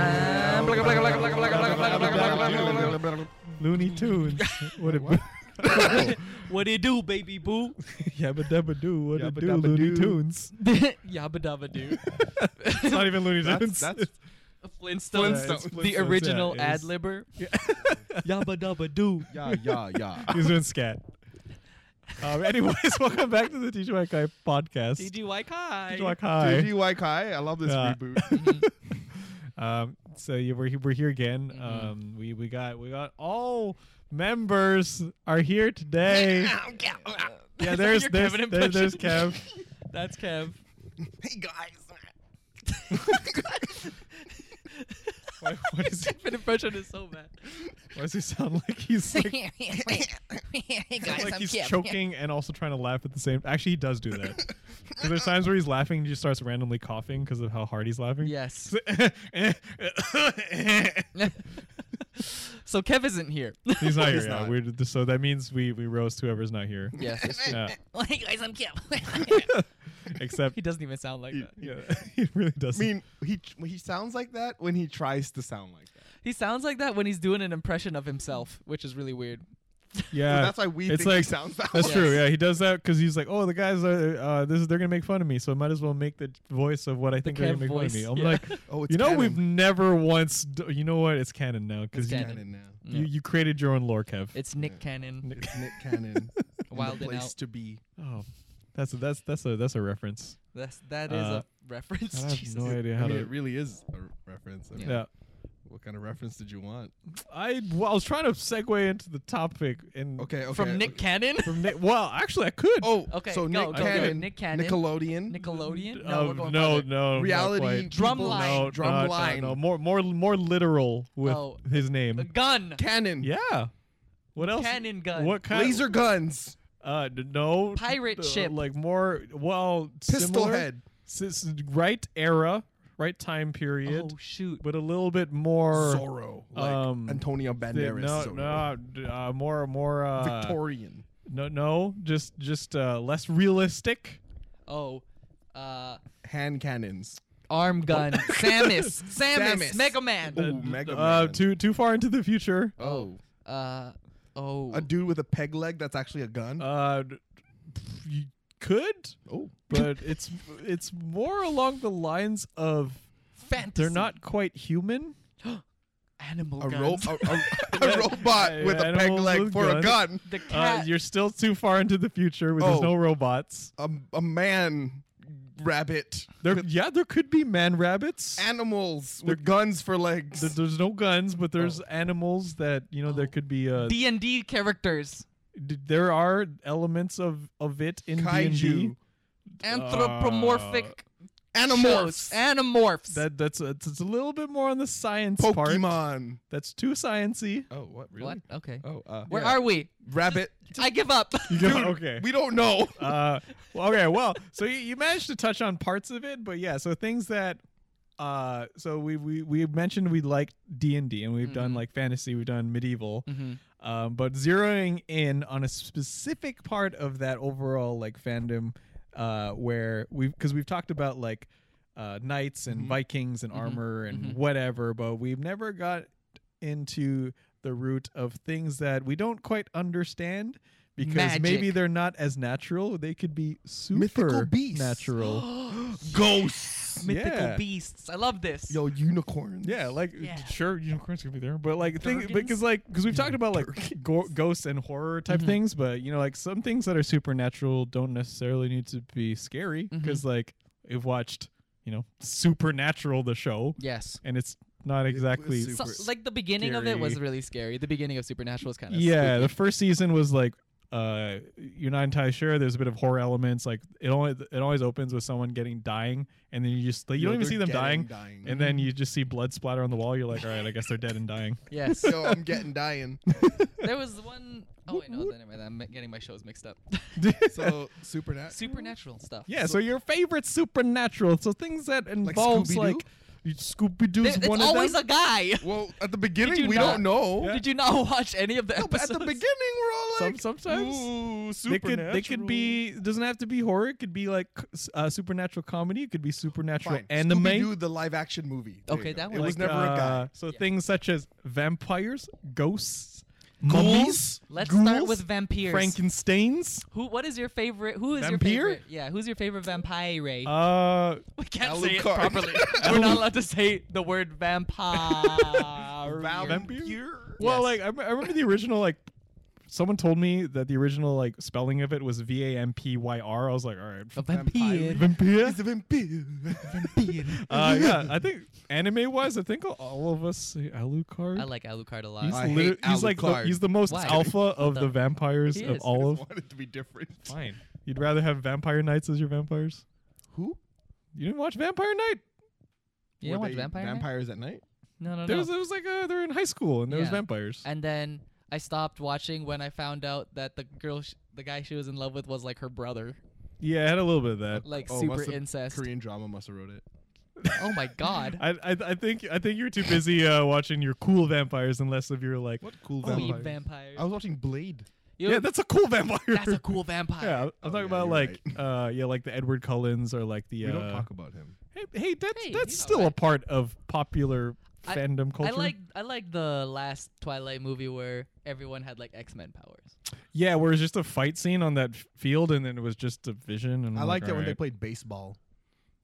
Ah, Looney Tunes. What it What it do, baby boo? Yabba dabba do. What it Yabba do? dabba Looney doo. Tunes. Yabba dabba do. It's not even Looney Tunes. That's, that's Flintstones, Yeah, it's the Flintstones, original yeah, ad it's- libber. Yabba dabba do. yeah, yeah, yeah. He's doing scat. Um, anyways, welcome back to the TGY Kai podcast. TGY Kai. TGY Kai. JGY Kai, I love this Yeah. reboot. Um, so yeah, we're he- we're here again. Mm-hmm. Um, we we got we got all members are here today. Yeah, Is that there's your there's Kevin there's, there's impression? Kev. That's Kev. Hey guys. Why, why, does he, Kevin impression is so bad. why does he sound like he's like hey guys, like I'm he's Kev. choking and also trying to laugh at the same. Actually, he does do that. 'Cause there's times where he's laughing and he just starts randomly coughing because of how hard he's laughing. Yes. so Kev isn't here. he's not here. He's yeah, not. We're, d- so that means we we roast whoever's not here. yes, it's true. Yeah. Hey guys, I'm Kev. Except He doesn't even sound like He- that. yeah, he really I doesn't. mean, he he sounds like that when he tries to sound like that. He sounds like that when he's doing an impression of himself, which is really weird. yeah, that's why we it's think like- he sounds that That's way. true. Yeah, he does that because he's like, "Oh, the guys are uh, this. They're gonna make fun of me, so I might as well make the voice of what I think they're Kev gonna make voice, fun of me." I'm yeah. like, Oh, it's you know, canon. we've never once. D- you know what? It's canon now because It's you, canon. canon now. you you created your own lore, Kev. It's Nick Yeah. Cannon. It's Nick Cannon. Wild the and place out. to be. Oh, that's a, that's that's a that's a reference. That's that is Uh, a reference. I have Jesus. no idea I how mean, to. it really is a r- reference. I mean, yeah, What kind of reference did you want? I well, I was trying to segue into the topic and Okay, okay. From Nick okay. Cannon? from Nick. Well, actually, I could. Oh, Okay, So go, Nick, go, go. Cannon, Nick Cannon. Nickelodeon, Nickelodeon? Uh, we're going no, farther. no, not reality, quite. Drumline. people- Line. No, no, no, Drumline. no, more, more, more literal with Oh. his A name. gun. Cannon, Yeah. What else? Cannon gun. What kind? laser guns, Uh, d- no. Pirate Uh, ship. Like more. Well, pistol similar. head, S- s- right era, right time period, Oh shoot. but a little bit more. Zorro, like um, Antonio thi- Banderas, no, Zorro. no, d- uh, more, more. Uh, Victorian. No, no, just, just uh, less realistic. Oh. Uh hand cannons. arm gun. Samus. Samus. Samus. Mega Man. Ooh, Mega Uh, Man. too, too far into the future. Oh. Uh oh. A dude with a peg leg that's actually a gun. Uh, d- pff, you could, oh. but it's, it's more along the lines of fantasy. they're not quite human. animal A, guns. ro- a, a, a robot Yeah, with a peg animals leg with for a gun. the Uh, cat. you're still too far into the future with there's Oh. no robots. A, a man rabbit. There, yeah, there could be man rabbits. Animals with guns for legs. Th- there's no guns, but Oh. there's animals that you know. There Oh. could be. Uh, D and D characters. d- there are elements of of it in D and D. Kaiju. Anthropomorphic shows. Animorphs. Animorphs. That that's it's, it's a little bit more on the science part. Pokemon. That's too sciency. Oh, what? Really? what? Okay. Oh, uh, Where yeah. are we? rabbit? I give up. Dude, okay. We don't know. uh, well, okay, well, so you, you managed to touch on parts of it, but yeah, so things that, uh, so we we we mentioned we like D and D, and we've done Mm-hmm. Mhm. like fantasy, we've done medieval, Mm-hmm. um, but zeroing in on a specific part of that overall like fandom, uh, where we've because we've talked about like uh, knights and Mhm. Vikings and Mhm. armor and Mm-hmm. Mhm. whatever, but we've never got into the root of things that we don't quite understand because maybe Magic. they're not as natural. They could be super Mythical beasts. natural. Ghosts. Mythical Yeah. beasts. I love this. Yo, unicorns. Yeah, like Yeah. sure, unicorns could be there, but like think because Durgans? like because we've talked about like go- ghosts and horror type Mhm. Mm-hmm. things, but you know like some things that are supernatural don't necessarily need to be scary Mm-hmm. Mhm. because like we've watched you know Supernatural the show yes. and it's not exactly super- So, like the beginning of it was scary. really scary. The beginning of Supernatural was kind of yeah the first season was like uh you're not entirely sure there's a bit of horror elements like it only it always opens with someone getting dying and then you just like, you Yo, don't even they're see them dying getting dying. and Mm-hmm. then you just see blood splatter on the wall you're like all right i guess they're dead and dying Yes. Yo, I'm getting dying. there was one oh wait, no, never mind. I'm getting my shows mixed up. So supernatural. Supernatural stuff. yeah so, your favorite supernatural so things that involves like, Scooby-Doo? Scooby Doo's There- one it's of always them. a guy. Well, at the Did beginning, you we not- don't know. Yeah. Did you not watch any of the No, but at episodes? the beginning, we're all Some- like, sometimes. ooh, They could, they supernatural." could be it doesn't have to be horror. It could be like s- uh, supernatural comedy. It could be supernatural Fine. anime. Scooby-Doo, the live action movie. There Okay, you go. that It one. was Like, never a guy. uh, So things such as vampires, ghosts, mummies, Ghouls? Let's ghouls, start with vampires. Frankenstein's. Who? What is your favorite? Who is Vampire? your favorite? Yeah, who's your favorite vampire? Uh, we can't Alucard. say it properly. We're not allowed to say the word vampire. Vampire? well, like I, rem- I remember the original like. Someone told me that the original like spelling of it was V A M P Y R. I was like, all right, A vampire. vampire. He's a vampire. Uh, yeah, I think anime wise, I think all of us say Alucard. I like Alucard a lot. He's, I hate literally, he's like the, Alucard. he's the most Why? alpha of the- the vampires He of is. all of. wanted to be different. Fine, you'd rather have vampire knights as your vampires. Who? You didn't watch Vampire Knight? you Were don't watch they Vampire? Knight? Vampires at night? No, no, There no. was, it was like uh, they're in high school and there was Yeah. vampires. and then I stopped watching when I found out that the girl, sh- the guy she was in love with, was like her brother, Yeah, I had a little bit of that. like Oh, super must've- incest. Korean drama must have wrote it. Oh my god. I, I I think I think you're too busy uh, watching your cool vampires and less of your like. What cool Oh, you vampire? vampire. I was watching Blade. You- Yeah, that's a cool vampire. that's a cool vampire. Yeah, I'm Oh, talking yeah, about you're like uh yeah like the Edward Cullens or like the We uh, don't talk about him. Hey, hey, that's Hey, that's he's still a alright. part of popular I- fandom culture. I like I like the last Twilight movie where everyone had like X Men powers. yeah, where it's just a fight scene on that f- field, and then it was just a vision. And I I'm liked it when they alright. played baseball.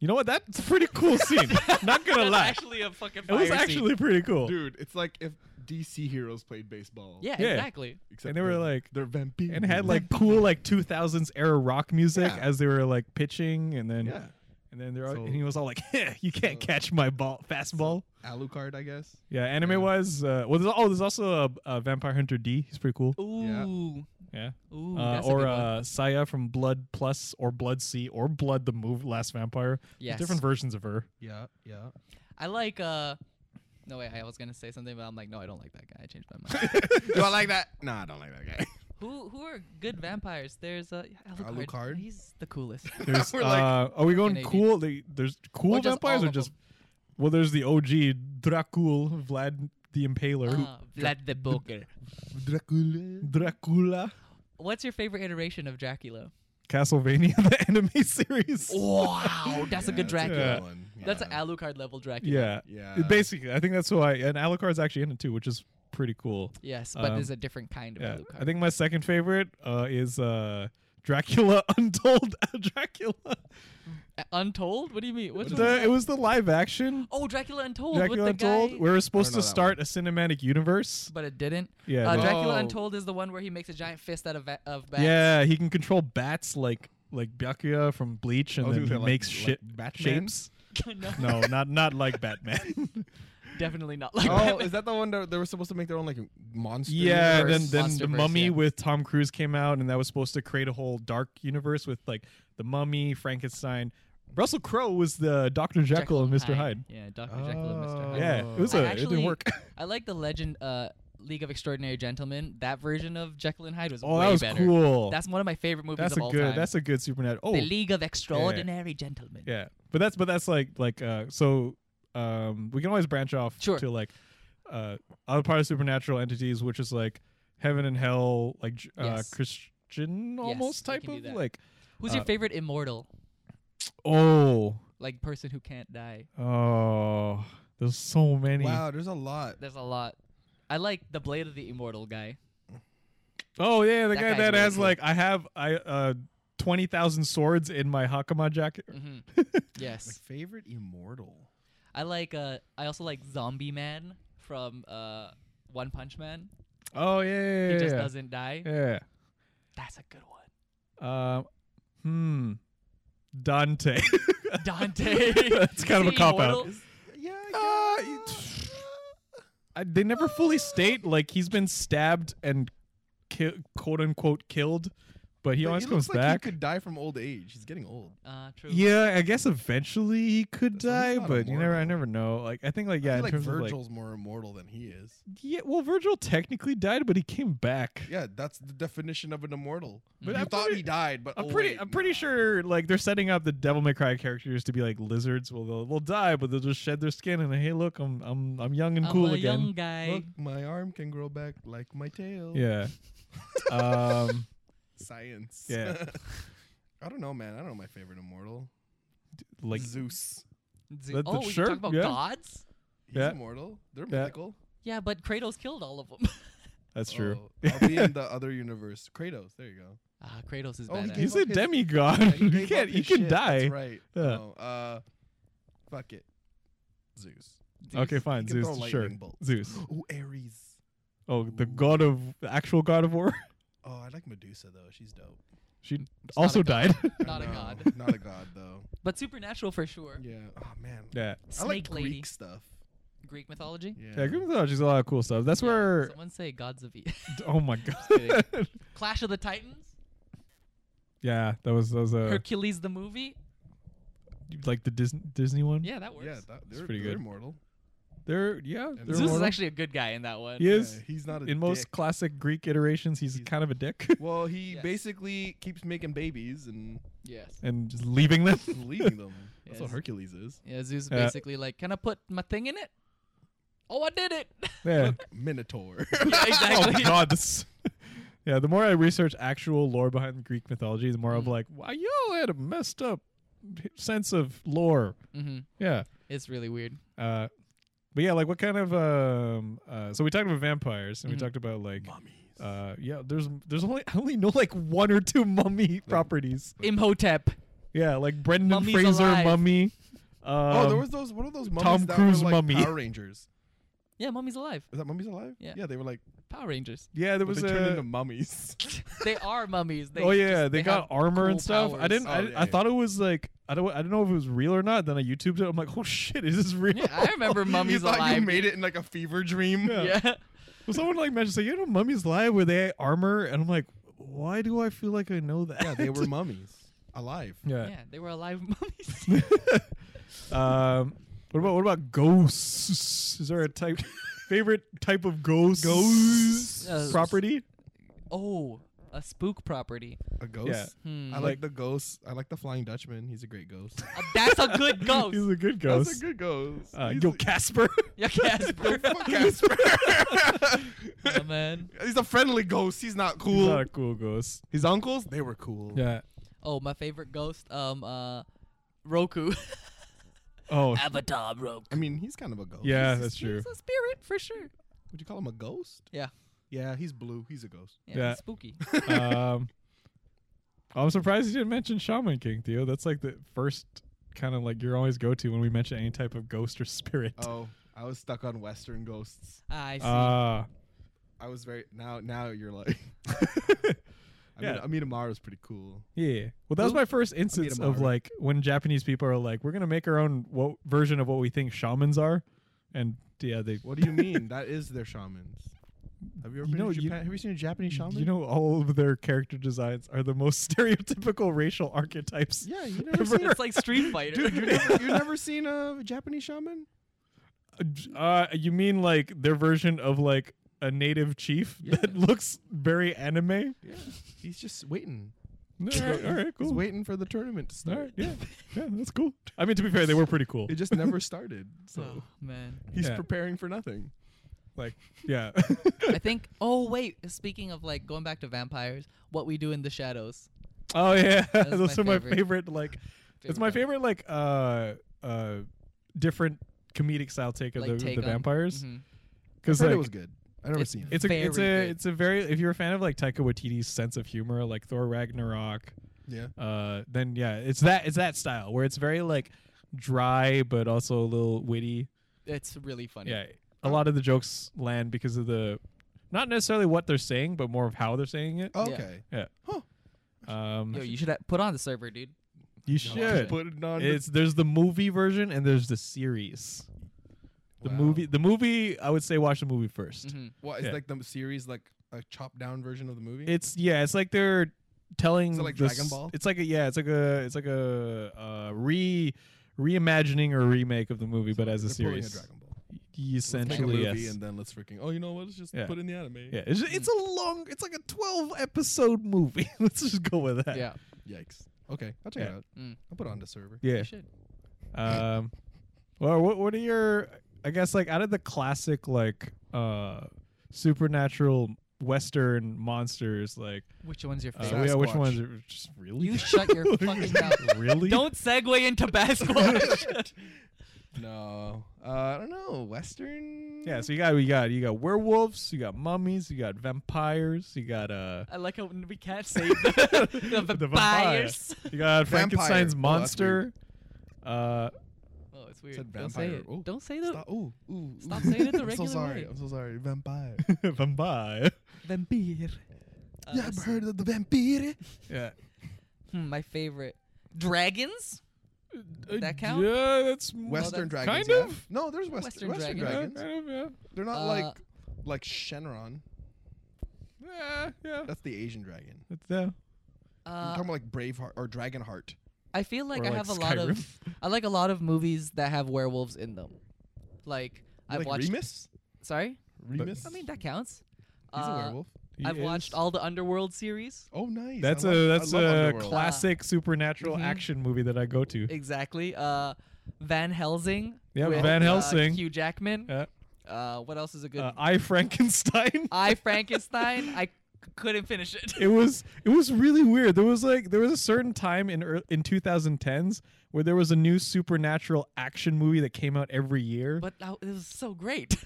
You know what? That's a pretty cool scene. Not gonna lie, actually a fucking. it was actually pretty cool. Dude, it's like if DC heroes played baseball. Yeah, Yeah. exactly. Except And they were they're- like- they're vampires. And had like cool like 2000s era rock music Yeah. as they were like pitching, and then yeah, and then they're all, So- and he was all like, "Heh, "You can't So- catch my ball, fastball." Alucard, I guess. Yeah, anime wise, uh, well, there's, oh, there's also a, uh Vampire Hunter D. He's pretty cool. Ooh, Yeah, ooh, uh, that's a or good one. uh, Saya from Blood Plus or Blood Sea or Blood the Move Last Vampire. There's Yes. different versions of her. Yeah, yeah. I like. uh No wait, I was gonna say something, but I'm like, no, I don't like that guy. I changed my mind. Do I like that? Nah, I don't like that guy. who who are good vampires? There's uh, Alucard. Alucard? He's the coolest. There's, We're like, uh, are we going Canadian. cool? They, there's cool Or just vampires all or of just well, there's the OG Dracul, Vlad the Impaler, uh, Vlad the Booker. Dracula. Dracula, What's your favorite iteration of Dracula? Castlevania the anime series. Oh. Wow, that's a Yeah, good Dracula. Oh, Yeah. one. That's an Yeah. Alucard level Dracula. Yeah, Yeah. It basically, I think that's why. And Alucard's actually in it too, which is pretty cool. Yes, but Um, there's a different kind of Yeah, Alucard. I think my second favorite uh, is uh, Dracula Untold. Dracula. A- Untold? What do you mean? What's is wrong The, with it that? was the live action Oh, Dracula Untold Dracula with the Untold. guy, We were supposed know to that start a cinematic universe. but it didn't. Yeah, Uh, that- Dracula Oh. Untold is the one where he makes a giant fist out of va- of bats. yeah, he can control bats like like Byakuya from Bleach, and I was then gonna he say, like- makes like shit Batman? shapes. no, no, not not like Batman. definitely not like Oh, that. is that the one that they were supposed to make their own like monster? yeah, and then Universe, then the Monsterverse, Mummy yeah. with Tom Cruise came out, and that was supposed to create a whole dark universe with like the Mummy, Frankenstein. Russell Crowe was the Doctor Jekyll, and Mr. Hyde. Oh, Yeah, Doctor Jekyll and Mr. Hyde. Yeah, it was I a, it actually- didn't work. I like the Legend uh, League of Extraordinary Gentlemen. That version of Jekyll and Hyde was Oh, way that was better. cool. That's one of my favorite movies that's of a all good. time. That's a good supernatural. Oh, the League of Extraordinary Gentlemen. yeah. But that's but that's like like uh so um we can always branch off Sure. to like uh other part of supernatural entities, which is like heaven and hell, like j- uh, Yes. Christian Yes, almost we type can do of that. like Who's your Uh, favorite immortal? oh Like person who can't die. oh there's so many. Wow, there's a lot. There's a lot. I like the Blade of the Immortal guy. Oh yeah, the That guy guy's that really has cool. like I have I uh twenty thousand swords in my Hakama jacket. hmm My yes, favorite immortal. I like. Uh, I also like Zombie Man from uh, One Punch Man. Oh yeah, yeah, He yeah, just yeah. doesn't die. yeah. That's a good one. Um, hmm. Dante. Dante. That's kind of a See, cop out. immortal? Yeah. Ah, Uh, it- I, they never fully state like he's been stabbed and ki- quote unquote killed but he But always he comes looks like back. He could die from old age. He's getting old. Uh, true. yeah, I guess eventually he could So he's die, not but you never, I immortal. never know. Like I think, like yeah, I in feel like terms of Virgil's more immortal than he is. like yeah, well, Virgil technically died, but he came back. Yeah, that's the definition of an immortal. But Mm-hmm. you I'm thought pretty- he died, but I'm oh, pretty, wait, I'm pretty nah. sure like they're setting up the Devil May Cry characters to be like lizards. Well, they'll, they'll die, but they'll just shed their skin and hey, look, I'm, I'm, I'm young and I'm cool a again. young guy. Look, my arm can grow back like my tail. Yeah. um, Science. Yeah. I don't know, man. I don't know my favorite immortal. like Zeus. Z- That- oh, that- we sure, talk about yeah. gods. He's Yeah. immortal. They're Yeah. mythical. Yeah, but Kratos killed all of them. that's true. Oh, I'll be in the other universe. Kratos. There you go. Ah, Kratos is Oh, he badass. gave He's up a his- demigod. Yeah, You gave can't. up He his can shit. die. That's right. Yeah. No, uh, fuck it. Zeus. Zeus. Okay, fine. He can Zeus, throw sure. lightning bolts. Zeus. Oh, Ares. Oh, the god of the actual god of war. Oh, I like Medusa though. She's dope. She not also a god. died. I Not a know. god. Not a god though. But supernatural for sure. Yeah. Oh man. yeah. I like Snake Greek lady. stuff. Greek mythology. Yeah. Yeah, Greek mythology's a lot of cool stuff. That's Yeah, where. someone say gods of e- Oh my kidding. god. Clash of the Titans, yeah, that was that was a Hercules the movie. like the Disney Disney one. Yeah, that works. Yeah, that, they're, pretty they're good. immortal. They're yeah. And They're Zeus is immortal. actually a good guy in that one. He is. Yeah, he's not a In most dick. classic Greek iterations, he's, He's- kind of a dick well, he Yes. basically keeps making babies and Yes. and just leaving them. leaving them. That's Yes. what Hercules is. Yeah, Zeus Yeah. basically like, can I put my thing in it? Oh, I did it. yeah. Minotaur. yeah, oh exactly. god this yeah the more i research actual lore behind greek mythology the more i'm Mm. like wow y'all had a messed up sense of lore hmm yeah It's really weird. uh but yeah like what kind of um uh so we talked about vampires and Mhm. we talked about like Mummies. uh yeah there's there's only i only know like one or two mummy properties Imhotep. yeah like brendan Mummies fraser alive. mummy uh oh, there was those. What are those mummies? Tom that Cruise were like mummy. Power Rangers. Yeah, mummy's alive. Is that mummies alive? Yeah. Yeah, they were like. Power Rangers. yeah there but was they turned a into mummies. They are mummies. They oh yeah, just- they, got have armor and cool stuff. I powers. didn't. I, Oh, yeah, I yeah. thought it was like I don't. I don't know if it was real or not. Then I YouTubed it. I'm like, oh shit, is this real? Yeah, I remember you mummies thought alive. you made it in like a fever dream. Yeah. yeah. Well, someone like mentioned, like, you know, mummies lie where they armor, and I'm like, why do I feel like I know that? Yeah, they were mummies alive. yeah. Yeah, they were alive mummies. um, what about what about ghosts? Is there a type favorite type of ghost Ghosts. Uh, property? oh, a spook property. A ghost. Yeah. Hmm. I like, Like- the ghost. I like the Flying Dutchman. He's a great ghost. Uh, that's a good He's ghost. a good ghost. That's a good ghost. uh, He's yo, a- Casper. Yeah, Casper. Fuck Casper. Yeah, man. He's a friendly ghost. He's not cool. He's not a cool ghost. His uncles, they were cool. Yeah. Oh, my favorite ghost. Um, uh, Roku. Oh. Avatar broke. I mean, he's kind of a ghost. Yeah, He's- that's true. He's a spirit for sure. Would you call him a ghost? Yeah. Yeah, he's blue. He's a ghost. Yeah, Yeah. it's spooky. um, I'm surprised you didn't mention Shaman King, Theo. That's like the first kind of like you're always go to when we mention any type of ghost or spirit. Oh, I was stuck on Western ghosts. I see. Ah, I was very now. Now you're like. I mean, Yeah. Amina Mara's pretty cool. yeah. Well, that was my first instance of Amara. like when Japanese people are like, we're gonna make our own wo- version of what we think shamans are, and yeah, they. What do you mean? that is their shamans. Have you ever You been know, to you- Japan? Have you seen a Japanese shaman? You know, all of their character designs are the most stereotypical racial archetypes. yeah, you never seen. it's like Street Fighter. Dude, you never, you never seen a Japanese shaman? Uh, you mean like their version of like a native chief Yeah. that looks very anime? Yeah, he's just waiting. No, all right, all right, cool. He's waiting for the tournament to All start. right, yeah, yeah, that's cool. I mean, to be fair, they were pretty cool. It just never started. So oh man. he's Yeah. preparing for nothing. Like, yeah, I think. Oh wait. Speaking of like going back to vampires, what we do in the shadows. oh yeah, That's those my are my favorite. favorite. Like, it's my favorite. Like, uh, uh, different comedic style take of Like, the, take the on- vampires Mhm. because Heard like, it was good. I never It's- seen it. it's a it's a very good. it's a very if you're a fan of like Taika Waititi's sense of humor, like Thor Ragnarok, Yeah. uh, then yeah, it's that it's that style where it's very like dry but also a little witty. It's really funny. Yeah, a lot of the jokes land because of the not necessarily what they're saying, but more of how they're saying it. Oh, okay. Um, Yo, you should have put on the server, dude. you No, should. Put it on. the- It's there's the movie version and there's the series. The Wow. movie, the movie, I would say watch the movie 1st Mhm. What is Yeah. like the series like a chopped down version of the movie? It's yeah, it's like they're telling Is it like the Dragon s- Ball? It's like a yeah, it's like a it's like a uh, re reimagining or remake of the movie, but as a They're pulling series. Dragon Ball. Y- Let's make a Essentially, movie yes. and then let's freaking. Oh, you know what? Let's just Yeah. put in the anime. yeah, it's, it's a long. It's like a twelve episode movie. Let's just go with that. yeah. Yikes. Okay, I'll check Yeah. it out. Mm. I'll put it on the server. yeah. You should. Um, well, what what are your? I guess like out of the classic like uh supernatural western monsters, like Which one's your uh, favorite? we- uh, which Sasquatch. ones are just really? You shut your fucking mouth. Really? Don't segue into Basquatch. No, uh, I don't know. Western. Yeah, so you got we got you got werewolves, you got mummies, you got vampires, you got uh I like how we can't say the, the vampire. vampires. you got Vampire. Frankenstein's Oh, that's monster. uh Oh, it's weird. Said Don't say vampire. it. Ooh. Don't say the Stop, ooh, ooh, Stop ooh. saying it the I'm regular so sorry. way. I'm so sorry. Vampire. Uh, vampire. vampire. Uh, yeah, I've s- heard of the vampire. Yeah. hmm, my favorite. Dragons? That count? Yeah, that's Western that's- Kind dragons. yeah. of. No, there's West- Western Western, yeah, dragons. dragons. kind of, yeah. They're not Uh, like like Shenron. Yeah, yeah. That's the Asian dragon. That's uh, I'm Uh, talking about like Braveheart or Dragonheart. I feel like or I like have a lot of Skyrim. I like a lot of movies that have werewolves in them. Like I've like watched. Remus. Sorry. Remus. I mean that counts. he's Uh, a werewolf. He I've is- watched all the Underworld series. Oh, nice. That's I a love- I that's love a Underworld. classic supernatural Mhm. action movie that I go to. Exactly. Uh, Van Helsing. Yeah, with, Van uh, Helsing. Hugh Jackman. Yeah. Uh, what else is a good? Uh, I Frankenstein. I Frankenstein. I c- couldn't finish it. it was it was really weird. There was like there was a certain time in ear- in 2010s where there was a new supernatural action movie that came out every year. but I, it was so great.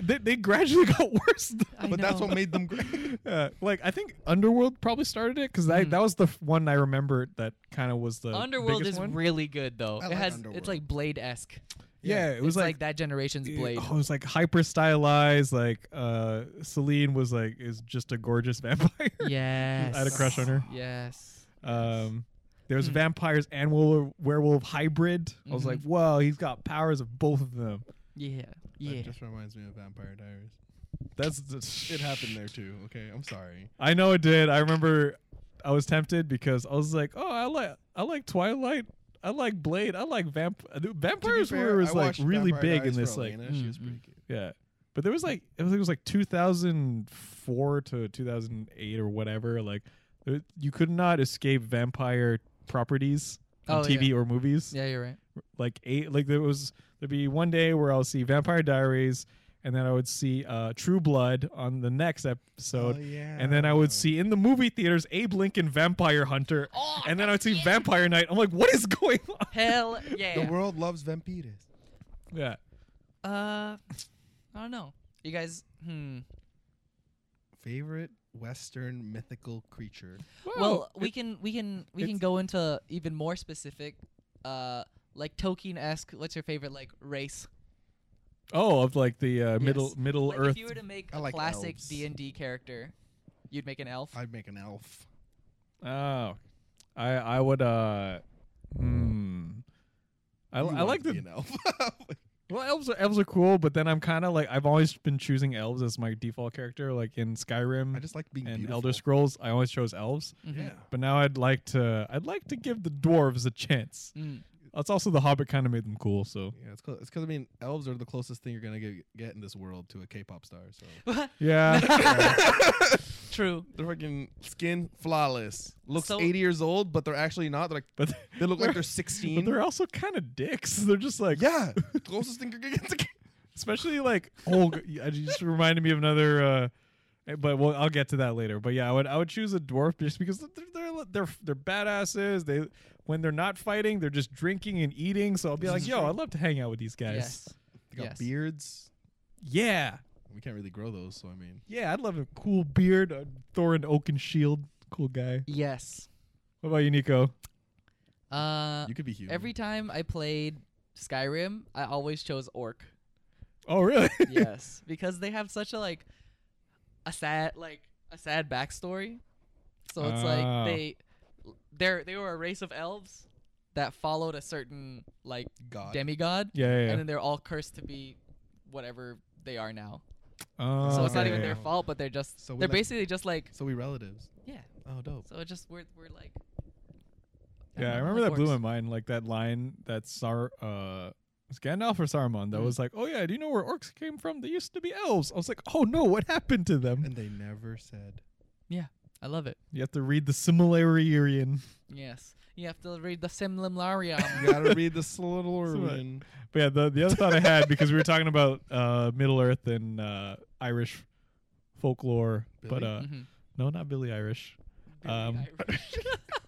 they, they gradually got worse. I But that's know. what made them great. Uh, like I think Underworld probably started it because Mhm. that was the f- one I remember that kind of was the Underworld biggest is one. really good though. I it like has Underworld. it's like Blade esque. yeah, it was it's like, that generation's Blade. Oh, it was like hyper stylized. Like uh, Celine was like is just a gorgeous vampire. yes. I had a crush on her. Yes. Um, there was Hmm. vampires and werewolf, werewolf hybrid. I was Mhm. like, whoa, he's got powers of both of them. Yeah. Yeah. That just reminds me of Vampire Diaries. That's, that's It happened there too. Okay, I'm sorry. I know it did. I remember I was tempted because I was like, oh, I like I like Twilight. I like Blade. I like vamp. uh, To be Vampires fair, were was I like watched really Vampire big in Diaries for this like mm-hmm. Elena. She was Mm, pretty mm. cute. yeah. But there was like I think it was like 2004 to 2008 or whatever. Like there- you could not escape vampire properties on Oh, TV or movies. Yeah, you're right. like eight like there was there'd be one day where i'll see vampire diaries and then i would see uh true blood on the next episode Oh, yeah. and then i would see in the movie theaters abe lincoln vampire hunter Oh, and then i would see vampire night i'm like what is going on Hell yeah. The world loves vampires. yeah Uh, I don't know. You guys, hmm. Favorite Western mythical creature. Well, we can we can we can it's- go into even more specific, uh, like Tolkien-esque. What's your favorite like race? oh of like the uh, middle Yes. middle Like, earth If you were to make I a like classic elves. D and D character, you'd make an elf. I'd make an elf. oh i i would uh hmm I, You I want like to be the an elf. well elves are, elves are cool, but then I'm kind of like I've always been choosing elves as my default character. Like in Skyrim, I just like being and beautiful. Elder Scrolls, I always chose elves. Mhm. Yeah. But now I'd like to I'd like to give the dwarves a chance. Mm. That's also the Hobbit kind of made them cool, so Yeah, it's cool. It's because I mean, elves are the closest thing you're gonna get, get in this world to a K-pop star. So yeah. True. their fucking skin flawless, looks So- 80 years old, but they're actually not. They're like but they look like they're they're 16. but they're also kind of dicks. They're just like yeah, closest thing you're gonna get. To... especially like oh, g- you you just reminded me of another. uh eh, But well, I'll get to that later. But yeah, I would I would choose a dwarf just because they're they're they're, they're badasses. They when they're not fighting, they're just drinking and eating. So I'll be This like, is yo, true. I'd love to hang out with these guys. Yes. They got Yes. beards. Yeah, We can't really grow those, so I mean, yeah, I'd love a cool beard, a Thorin Oakenshield, cool guy. Yes. What about you, Nico? Uh, you could be human. every time I played Skyrim, I always chose orc. Oh, really? yes, because they have such a like a sad like a sad backstory. So it's Ah. like they they they were a race of elves that followed a certain like god. demigod, yeah, yeah. yeah. and then they're all cursed to be whatever they are now. Oh, so it's not okay, even yeah. their yeah. fault, but they're just So we they're like- basically just like so we relatives. yeah. Oh, Oh, dope. So it just we're we're like. I Yeah, I don't know, remember like that blew my orcs. mind. Like that line that Sar uh was Gandalf or Saruman that Mhm. was like, "Oh yeah, do you know where orcs came from? They used to be elves." I was like, "Oh no, what happened to them?" And they never said. I love it. You have to read the Similarian. Yes, you have to read the Simlimlarium. You gotta read the Silurian. But yeah, the the other thought I had because we were talking about uh Middle Earth and uh Irish folklore, but Billy? uh Mhm. no, not Billy Irish. Very Um, Irish.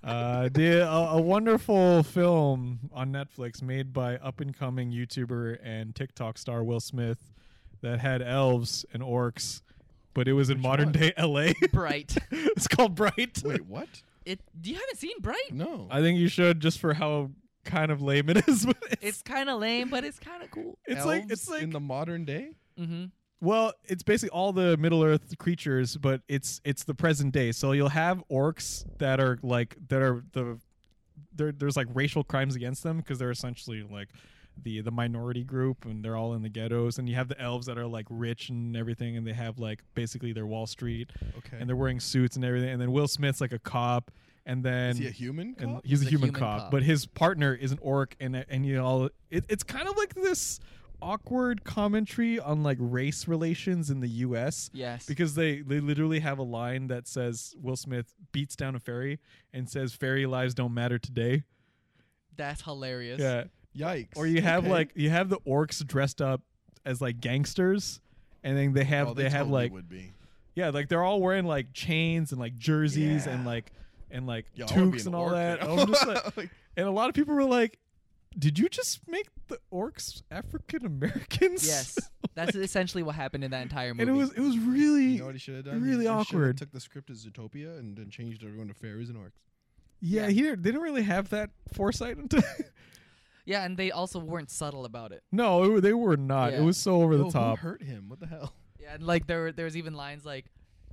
uh, did a, a wonderful film on Netflix made by up and coming YouTuber and TikTok star Will Smith that had elves and orcs, but it was in Which modern one? day LA. Bright. it's called Bright. Wait, what? It. You haven't seen Bright? No. I think you should just for how kind of lame it is. But it's It's kind of lame, but it's kind of cool. it's like it's Elves in like the modern day. Mm-hmm. well, it's basically all the Middle Earth creatures, but it's it's the present day. So you'll have orcs that are like that are the there there's like racial crimes against them because they're essentially like the the minority group and they're all in the ghettos and you have the elves that are like rich and everything and they have like basically their Wall Street Okay. and they're wearing suits and everything and then Will Smith's like a cop and then Is he a human? and cop? he's, a human, cop, cop. but his partner is an orc, and and you all it, it's kind of like this awkward commentary on like race relations in the U.S. Yes. because they they literally have a line that says Will Smith beats down a fairy and says fairy lives don't matter today. that's hilarious. Yeah, Yikes. or you have Okay. like you have the orcs dressed up as like gangsters. And then they have Oh, they, have totally like would be. yeah like they're all wearing like chains and like jerseys Yeah. and like and like Yeah, I wanna be toques and an all orc that. now. I'm just like, Oh, Like, And a lot of people were like, "Did you just make the orcs African Americans?" Yes. That's essentially what happened in that entire movie. and it was it was really you know what he should have done? He- really he shoulda awkward. Took the script to Zootopia and then changed everyone to fairies and orcs. yeah, He didn't, they didn't really have that foresight into. yeah, and they also weren't subtle about it. no, it, wa- they were not. Yeah. It was so over Yo, the who top. hurt him? What the hell? Yeah, and like there were there was even lines like,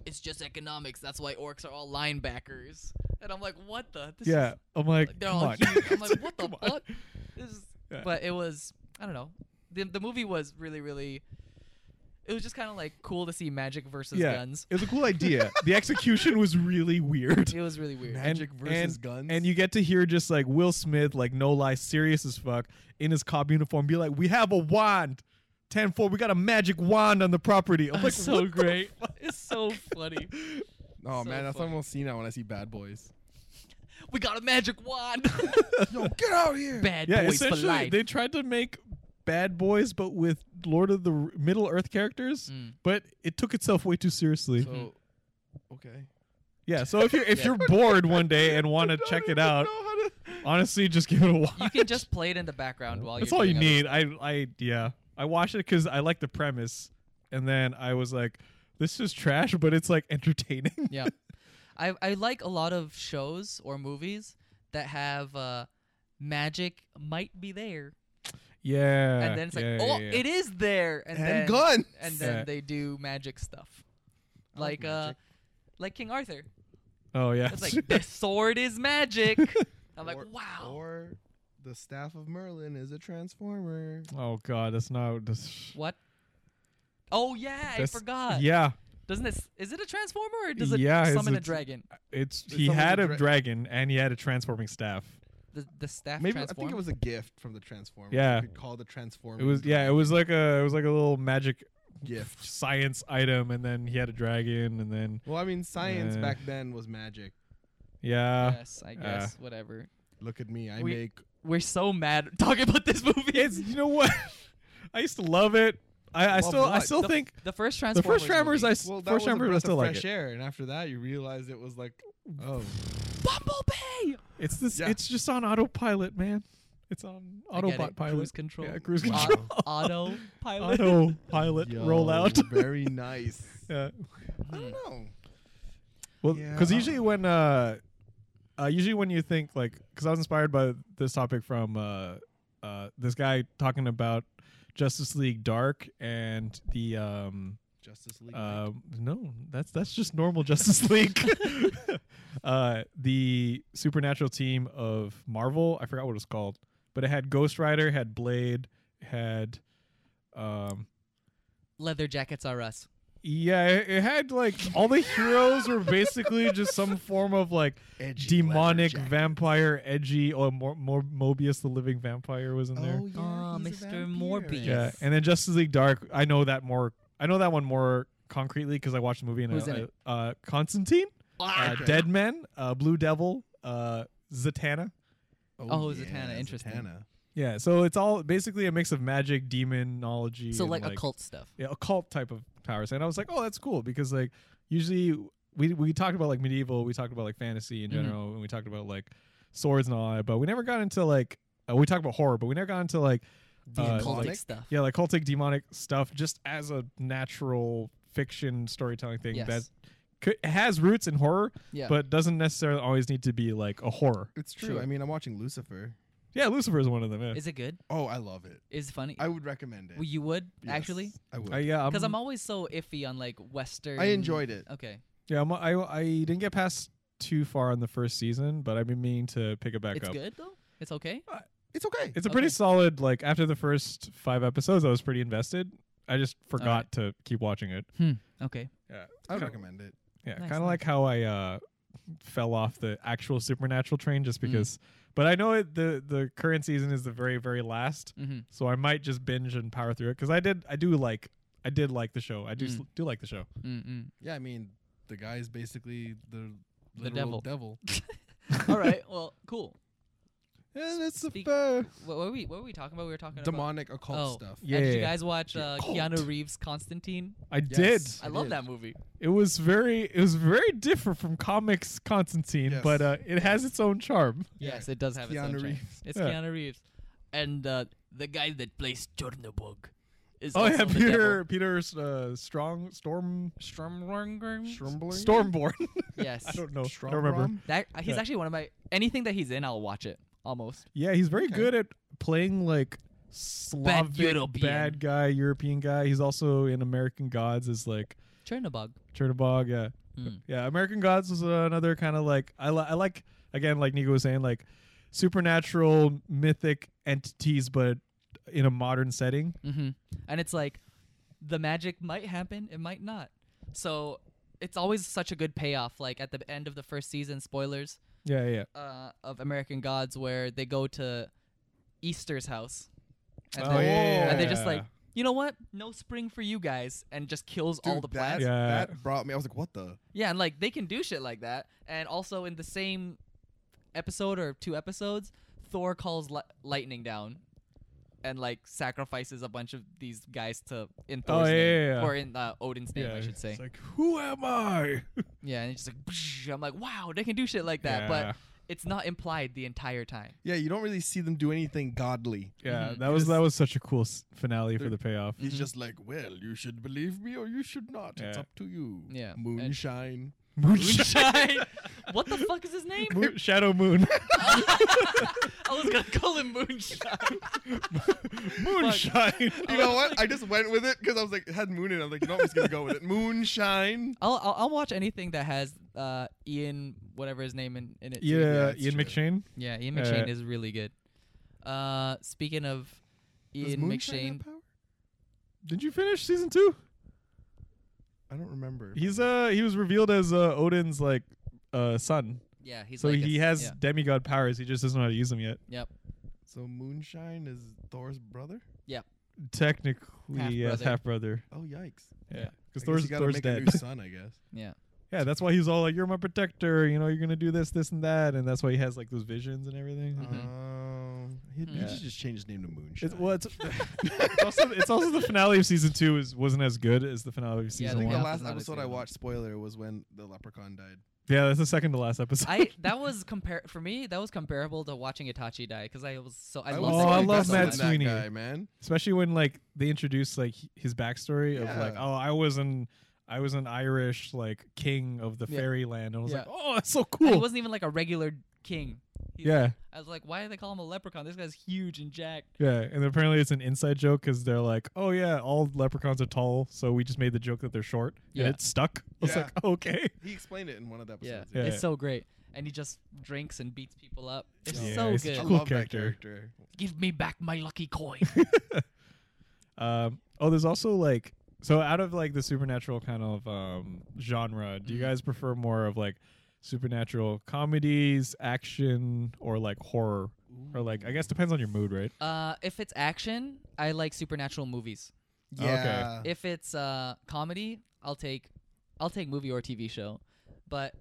"It's just economics. That's why orcs are all linebackers." And I'm like, "What the? This Yeah, is, I'm like, like they're come all on. huge." I'm like, "What the Come on. fuck?" This is, Yeah. But it was I don't know. The the movie was really really. It was just kind of like cool to see magic versus Yeah. guns. It was a cool idea. the execution was really weird. It was really weird. And- Magic versus and- guns. And you get to hear just like Will Smith, like no lie, serious as fuck, in his cop uniform, be like, "We have a wand, 10-4, We got a magic wand on the property." I'm It like, was so "What the great. It's so funny. oh so man, that's funny. what I'm see now when I see Bad Boys. We got a magic wand. Yo, get out here! Bad yeah, boys for essentially, life. they tried to make Bad Boys, but with Lord of the R- Middle Earth characters. Mm. But it took itself way too seriously. So, okay. yeah, so if you're if Yeah. you're bored one day and want I to don't check it even out, know how to- honestly, just give it a watch. You can just play it in the background while That's you're all you doing other- need. I I yeah, I watched it because I like the premise, and then I was like, this is trash, but it's like entertaining. yeah. I I like a lot of shows or movies that have uh magic might be there. yeah, And then it's like, yeah, yeah, "Oh, yeah. it is there." And, And then guns. and then Yeah. they do magic stuff. I like Like uh magic. like King Arthur. oh yeah, It's like the sword is magic. I'm like, Or- "Wow." Or the staff of Merlin is a transformer. oh god, that's not that's, what? Oh yeah, that's- I forgot. Yeah, Doesn't this is it a transformer or does it Yeah, it's summon a a tr- dragon? It's It's he almost had a a dra- dragon and he had a transforming staff. The the staff Maybe I transform? think it was a gift from the transformer. Yeah. you could call the transformer. It was yeah, it was like a it was like a little magic Gift. science item, and then he had a dragon, and then Well, I mean, science Uh. back then was magic. yeah. yes, I guess whatever. Look at me, I We- make We're so mad talking about this movie. It's you know what? I used to love it. I, I Love still I what? still the, think the first the Transformers. first Tremors I movie. s- well. That first was a Tremors I breath still of like fresh it. air, and after that, you realized it was like, oh, Bumblebee. It's this. Yeah. It's just on autopilot, man. It's on I get autobot it. pilot. Cruise control. Yeah, cruise Au- control. Auto pilot. autopilot yo, rollout. very nice. yeah. I don't know. Well, Yeah. because usually when uh, uh, usually when you think like, because I was inspired by this topic from uh, uh, this guy talking about Justice League Dark and the um, Justice League. Night. um, no, that's that's just normal Justice League. uh, the supernatural team of Marvel, I forgot what it was called, but it had Ghost Rider, had Blade, had um, Leather jackets are us. Yeah, it it had like all the heroes were basically just some form of like Edgy leather demonic jacket. vampire, edgy, or more, more Mobius the Living Vampire was in there. Oh, yeah, Ah, he's a Mr. vampire. Morbius. Yeah, yes. and then Justice League Dark. I know that more. I know that one more concretely because I watched the movie and Who's I, in I- it? Ah, uh, Constantine, uh, okay. Dead Man, uh, Blue Devil, uh, Zatanna. Oh, Zatanna, interesting. Zatanna. Yeah, so it's all basically a mix of magic, demonology, So and, like, occult stuff. yeah, occult type of powers. And I was like, oh, that's cool because like usually we we talked about like medieval, we talked about like fantasy in Mhm. general, and we talked about like swords and all that, but we never got into like uh, we talked about horror, but we never got into like The uh, occultic like- stuff. yeah, like cultic demonic stuff just as a natural fiction storytelling thing Yes. that could, has roots in horror, yeah. but doesn't necessarily always need to be like a horror. It's true. True. I mean, I'm watching Lucifer. Yeah, Lucifer is one of them. Yeah, is it good? Oh, I love it. Is it funny? I would recommend it. well, you would Yes, actually, I would. Uh, yeah, because I'm always so iffy on like Western. I enjoyed it. Okay. yeah, I'm, I I didn't get past too far on the first season, but I've been meaning to pick it back it's up. good though. It's okay. It's okay. It's a pretty Okay. solid. Like after the first five episodes, I was pretty invested. I just forgot to keep watching it. Okay. Yeah, I would recommend it. Yeah, Nice, kind of nice. like how I uh, fell off the actual supernatural train just Mm. because. But I know it, the the current season is the very very last, Mm-hmm. so I might just binge and power through it because I did I do like I did like the show. I do Mm. sl- do like the show. Mm-mm. Yeah, I mean, the guy is basically the The literal devil. All right. Well, cool. Yeah, that's the Speak- fur. What were we? What were we talking about? We were talking about. demonic occult Oh. stuff. Yeah, and did yeah, you yeah. guys watch uh, Keanu Occult. Reeves Constantine? I did. Yes. I It love is. that movie. It was very it was very different from comics Constantine, Yes. but uh, it has its own charm. Yeah. Yes, it does have its own Keanu charm. Reeves. It's Yeah. Keanu Reeves, and uh, the guy that plays Chernobog is Oh also yeah, the Peter Peter uh, Strong Storm Devil. Strumbling? Stormborn. Yes, I don't know. I don't remember. Strumbrom? that uh, he's Yeah. actually one of my anything that he's in, I'll watch it almost. Yeah, he's very Okay. good at playing like Slavic bad, European. guy, European guy. He's also in American Gods as like Chernobog. Chernobog. Yeah, Mm. yeah. American Gods was another kind of like I, li- I like again like Nico was saying like supernatural mythic entities, but in a modern setting. hmm And it's like the magic might happen, it might not. So it's always such a good payoff. Like at the end of the first season, spoilers Yeah, yeah. uh, of American Gods, where they go to Easter's house, and, Oh, then- yeah. and they're just like, Yeah. you know what? No spring for you guys, and just kills all Dude, the that, plants. Yeah. that brought me. I was like, what the? Yeah, and like they can do shit like that. And also in the same episode or two episodes, Thor calls li- lightning down and like sacrifices a bunch of these guys to in Thor's Oh, yeah, name yeah, yeah. or in uh, Odin's name, yeah. I should say. It's like, who am I? yeah, and it's just like psh, I'm like, wow, they can do shit like that, Yeah. but it's not implied the entire time. Yeah, you don't really see them do anything godly. yeah, Mhm. that was that was such a cool s- finale for They're- the payoff. Mm-hmm. He's just like, well, you should believe me or you should not. It's Yeah. up to you. Yeah, and- Moonshine. Moonshine. what the fuck is his name? Moon, Shadow Moon. I was gonna call him Moonshine. Moonshine. You know what? I just went with it because I was like, it had moon in it. I was like, no, I'm just going to go with it. Moonshine. I'll, I'll I'll watch anything that has uh Ian whatever his name in, in it. too. Yeah, that's Ian true. McShane. Yeah, Ian Uh, McShane is really good. Uh, speaking of Does Ian moonshine have McShane, power? Did you finish season two? I don't remember. He's uh he was revealed as uh, Odin's like uh son. yeah, he's so like he a- has yeah. demigod powers. He just doesn't know how to use them yet. Yep. So Moonshine is Thor's brother? Technically, yes, Half-brother. half brother. Oh, yikes. Yeah, Yeah. because I guess Thor's, you gotta Thor's make a dead. new son, I guess. Yeah. yeah, that's why he's all like, "You're my protector. You know, you're gonna do this, this, and that." And that's why he has like those visions and everything. Uh-huh. Mhm. Um, he, he Yeah. should just change his name to Moonshine. It's, well, it's, it's also, it's also the finale of season two is wasn't as good as the finale of Yeah, I season think one. the one. last Not as episode good I one. watched, spoiler, was when the leprechaun died. yeah, that's the second to last episode. I that was compare for me that was comparable to watching Itachi die because I was so I, I love was that Oh, I guy love so Matt much. Smith. Sweeney. That guy, man. especially when like they introduce like h- his backstory of like Yeah. oh i was an i was an irish like king of the Yeah. fairyland and i was Yeah. like oh that's so And cool He wasn't even like a regular king. He's yeah like- I was like, why do they call him a leprechaun? This guy's huge and jacked. yeah and apparently it's an inside joke because they're like oh yeah all leprechauns are tall so we just made the joke that they're short Yeah. and it stuck i was Yeah. like okay He explained it in one of the Yeah. episodes. Yeah, it's yeah. so great. And he just drinks and beats people up. It's Yeah, so he's good. such I a cool love character. that character. Give me back my lucky coin. um oh there's also like So out of like the supernatural kind of um genre, do you Mhm. guys prefer more of like supernatural comedies, action, or like horror? Or like I guess depends on your mood, right? Uh, if it's action, I like supernatural movies. Yeah. If it's uh comedy, I'll take, I'll take movie or TV show, but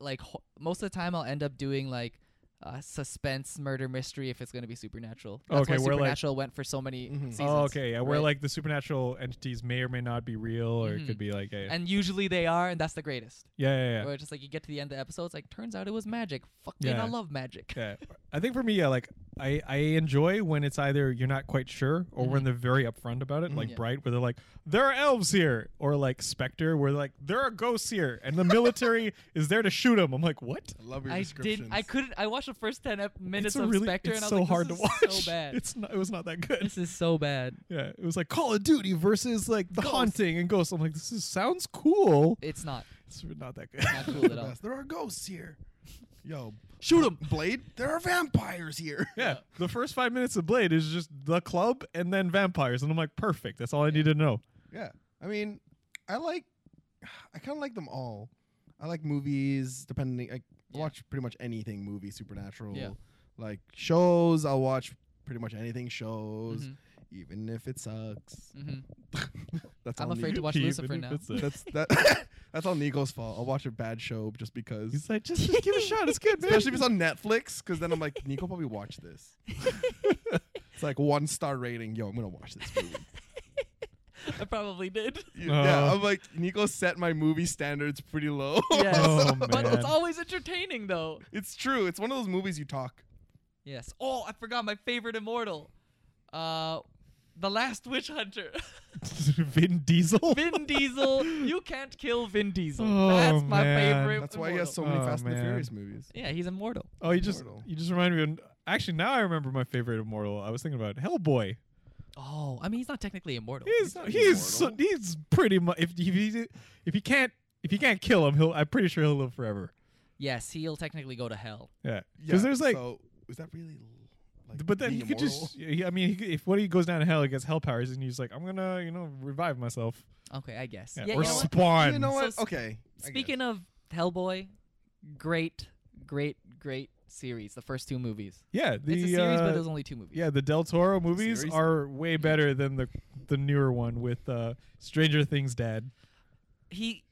like ho- most of the time, I'll end up doing like. Uh, suspense, murder, mystery. If it's gonna be supernatural, that's Okay, why we're like- supernatural went for so many Mhm. Oh, seasons. Oh, okay, yeah, where right? like the supernatural entities may or may not be real, or it Mhm. could be like a and usually they are, and that's the greatest. yeah, yeah, yeah. Or just like you get to the end of the episode, it's like turns out it was magic. Fuck, man, Yeah. I love magic. Yeah, I think for me, yeah, like I, I enjoy when it's either you're not quite sure or when they're very upfront about it, like Mm-hmm. Yeah. Bright, where they're like there are elves here, or like Spectre, where they're like there are ghosts here, and the military is there to shoot them. I'm like, what? I love your I descriptions. did. I couldn't. I watched the first ten ep- minutes it's a of really, Spectre, it's and I was so like, hard this to watch. is so bad. It's not, it was not that good. this is so bad. Yeah, it was like Call of Duty versus like The Ghosts. Haunting and Ghosts. I'm like, this is sounds cool. It's not. It's not that good. Not cool at all. There are ghosts here. Yo, Shoot him. Blade, there are vampires here. Yeah, the first five minutes of Blade is just the club and then vampires, and I'm like, perfect. That's all I need to know. Yeah. I mean, I like, I kind of like them all. I like movies, depending, I Yeah. watch pretty much anything movie, supernatural. Yeah. Like shows, I'll watch pretty much anything shows, Mhm, even if it sucks. mhm. That's I'm all afraid to Nico- watch Even Lucifer if now. it's a- That's that. that's all Nico's fault. I'll watch a bad show just because. He's like, just, just give it a shot. It's good, man. Especially if it's on Netflix, because then I'm like, Nico probably watched this. it's like one star rating. Yo, I'm gonna watch this movie. I probably did. yeah, Uh. I'm like, Nico set my movie standards pretty low. Yes, Oh, but man. it's always entertaining though. it's true. It's one of those movies you talk. Yes. Oh, I forgot my favorite immortal. Uh, the Last Witch Hunter. Vin Diesel. Vin Diesel. You can't kill Vin Diesel. Oh, That's my man. favorite. That's why he has immortal. so many Oh, Fast and man. the Furious movies. Yeah, he's immortal. oh, you just Immortal. you just reminded me. Of, actually, now I remember my favorite immortal. I was thinking about Hellboy. Oh, I mean, he's not technically immortal. He's Oh, not he's so, immortal. he's pretty much if if he if he can't if you can't kill him, he'll I'm pretty sure he'll live forever. Yes, he'll technically go to hell. Yeah, because there's like. so is that really? Like but then being you could immortal? just, yeah, I mean, he could- if what he goes down to hell, he gets hell powers, and he's like, "I'm gonna, you know, revive myself." Okay, I guess. Yeah, Yeah, or you know what? spawn. You know So what? s- okay. I guess. Speaking of Hellboy, great, great, great series. The first two movies. yeah, the it's a series, uh, but there's only two movies. Yeah, the Del Toro movies Series? are way better than the the newer one with uh, Stranger Things Dad. He.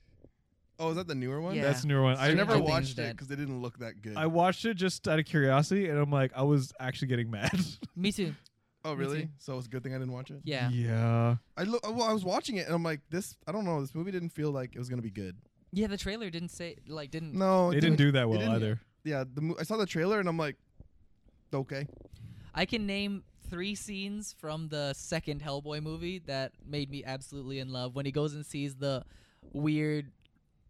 oh, is that the newer one? Yeah. That's the newer one. I I Stranger never Things watched it Dead. because they didn't look that good. Oh, I watched it just out of curiosity, and I'm like, I was actually getting mad. Me too. oh, me really? too. So it's a good thing I didn't watch it. Yeah. yeah. I look. Well, I was watching it and I'm like, this. I don't know. This movie didn't feel like it was gonna be good. Yeah. The trailer didn't say like didn't. No, it They didn't do that it well Oh, didn't- either. Yeah, the mo- I saw the trailer and I'm like, okay. I can name three scenes from the second Hellboy movie that made me absolutely in love. When he goes and sees the weird,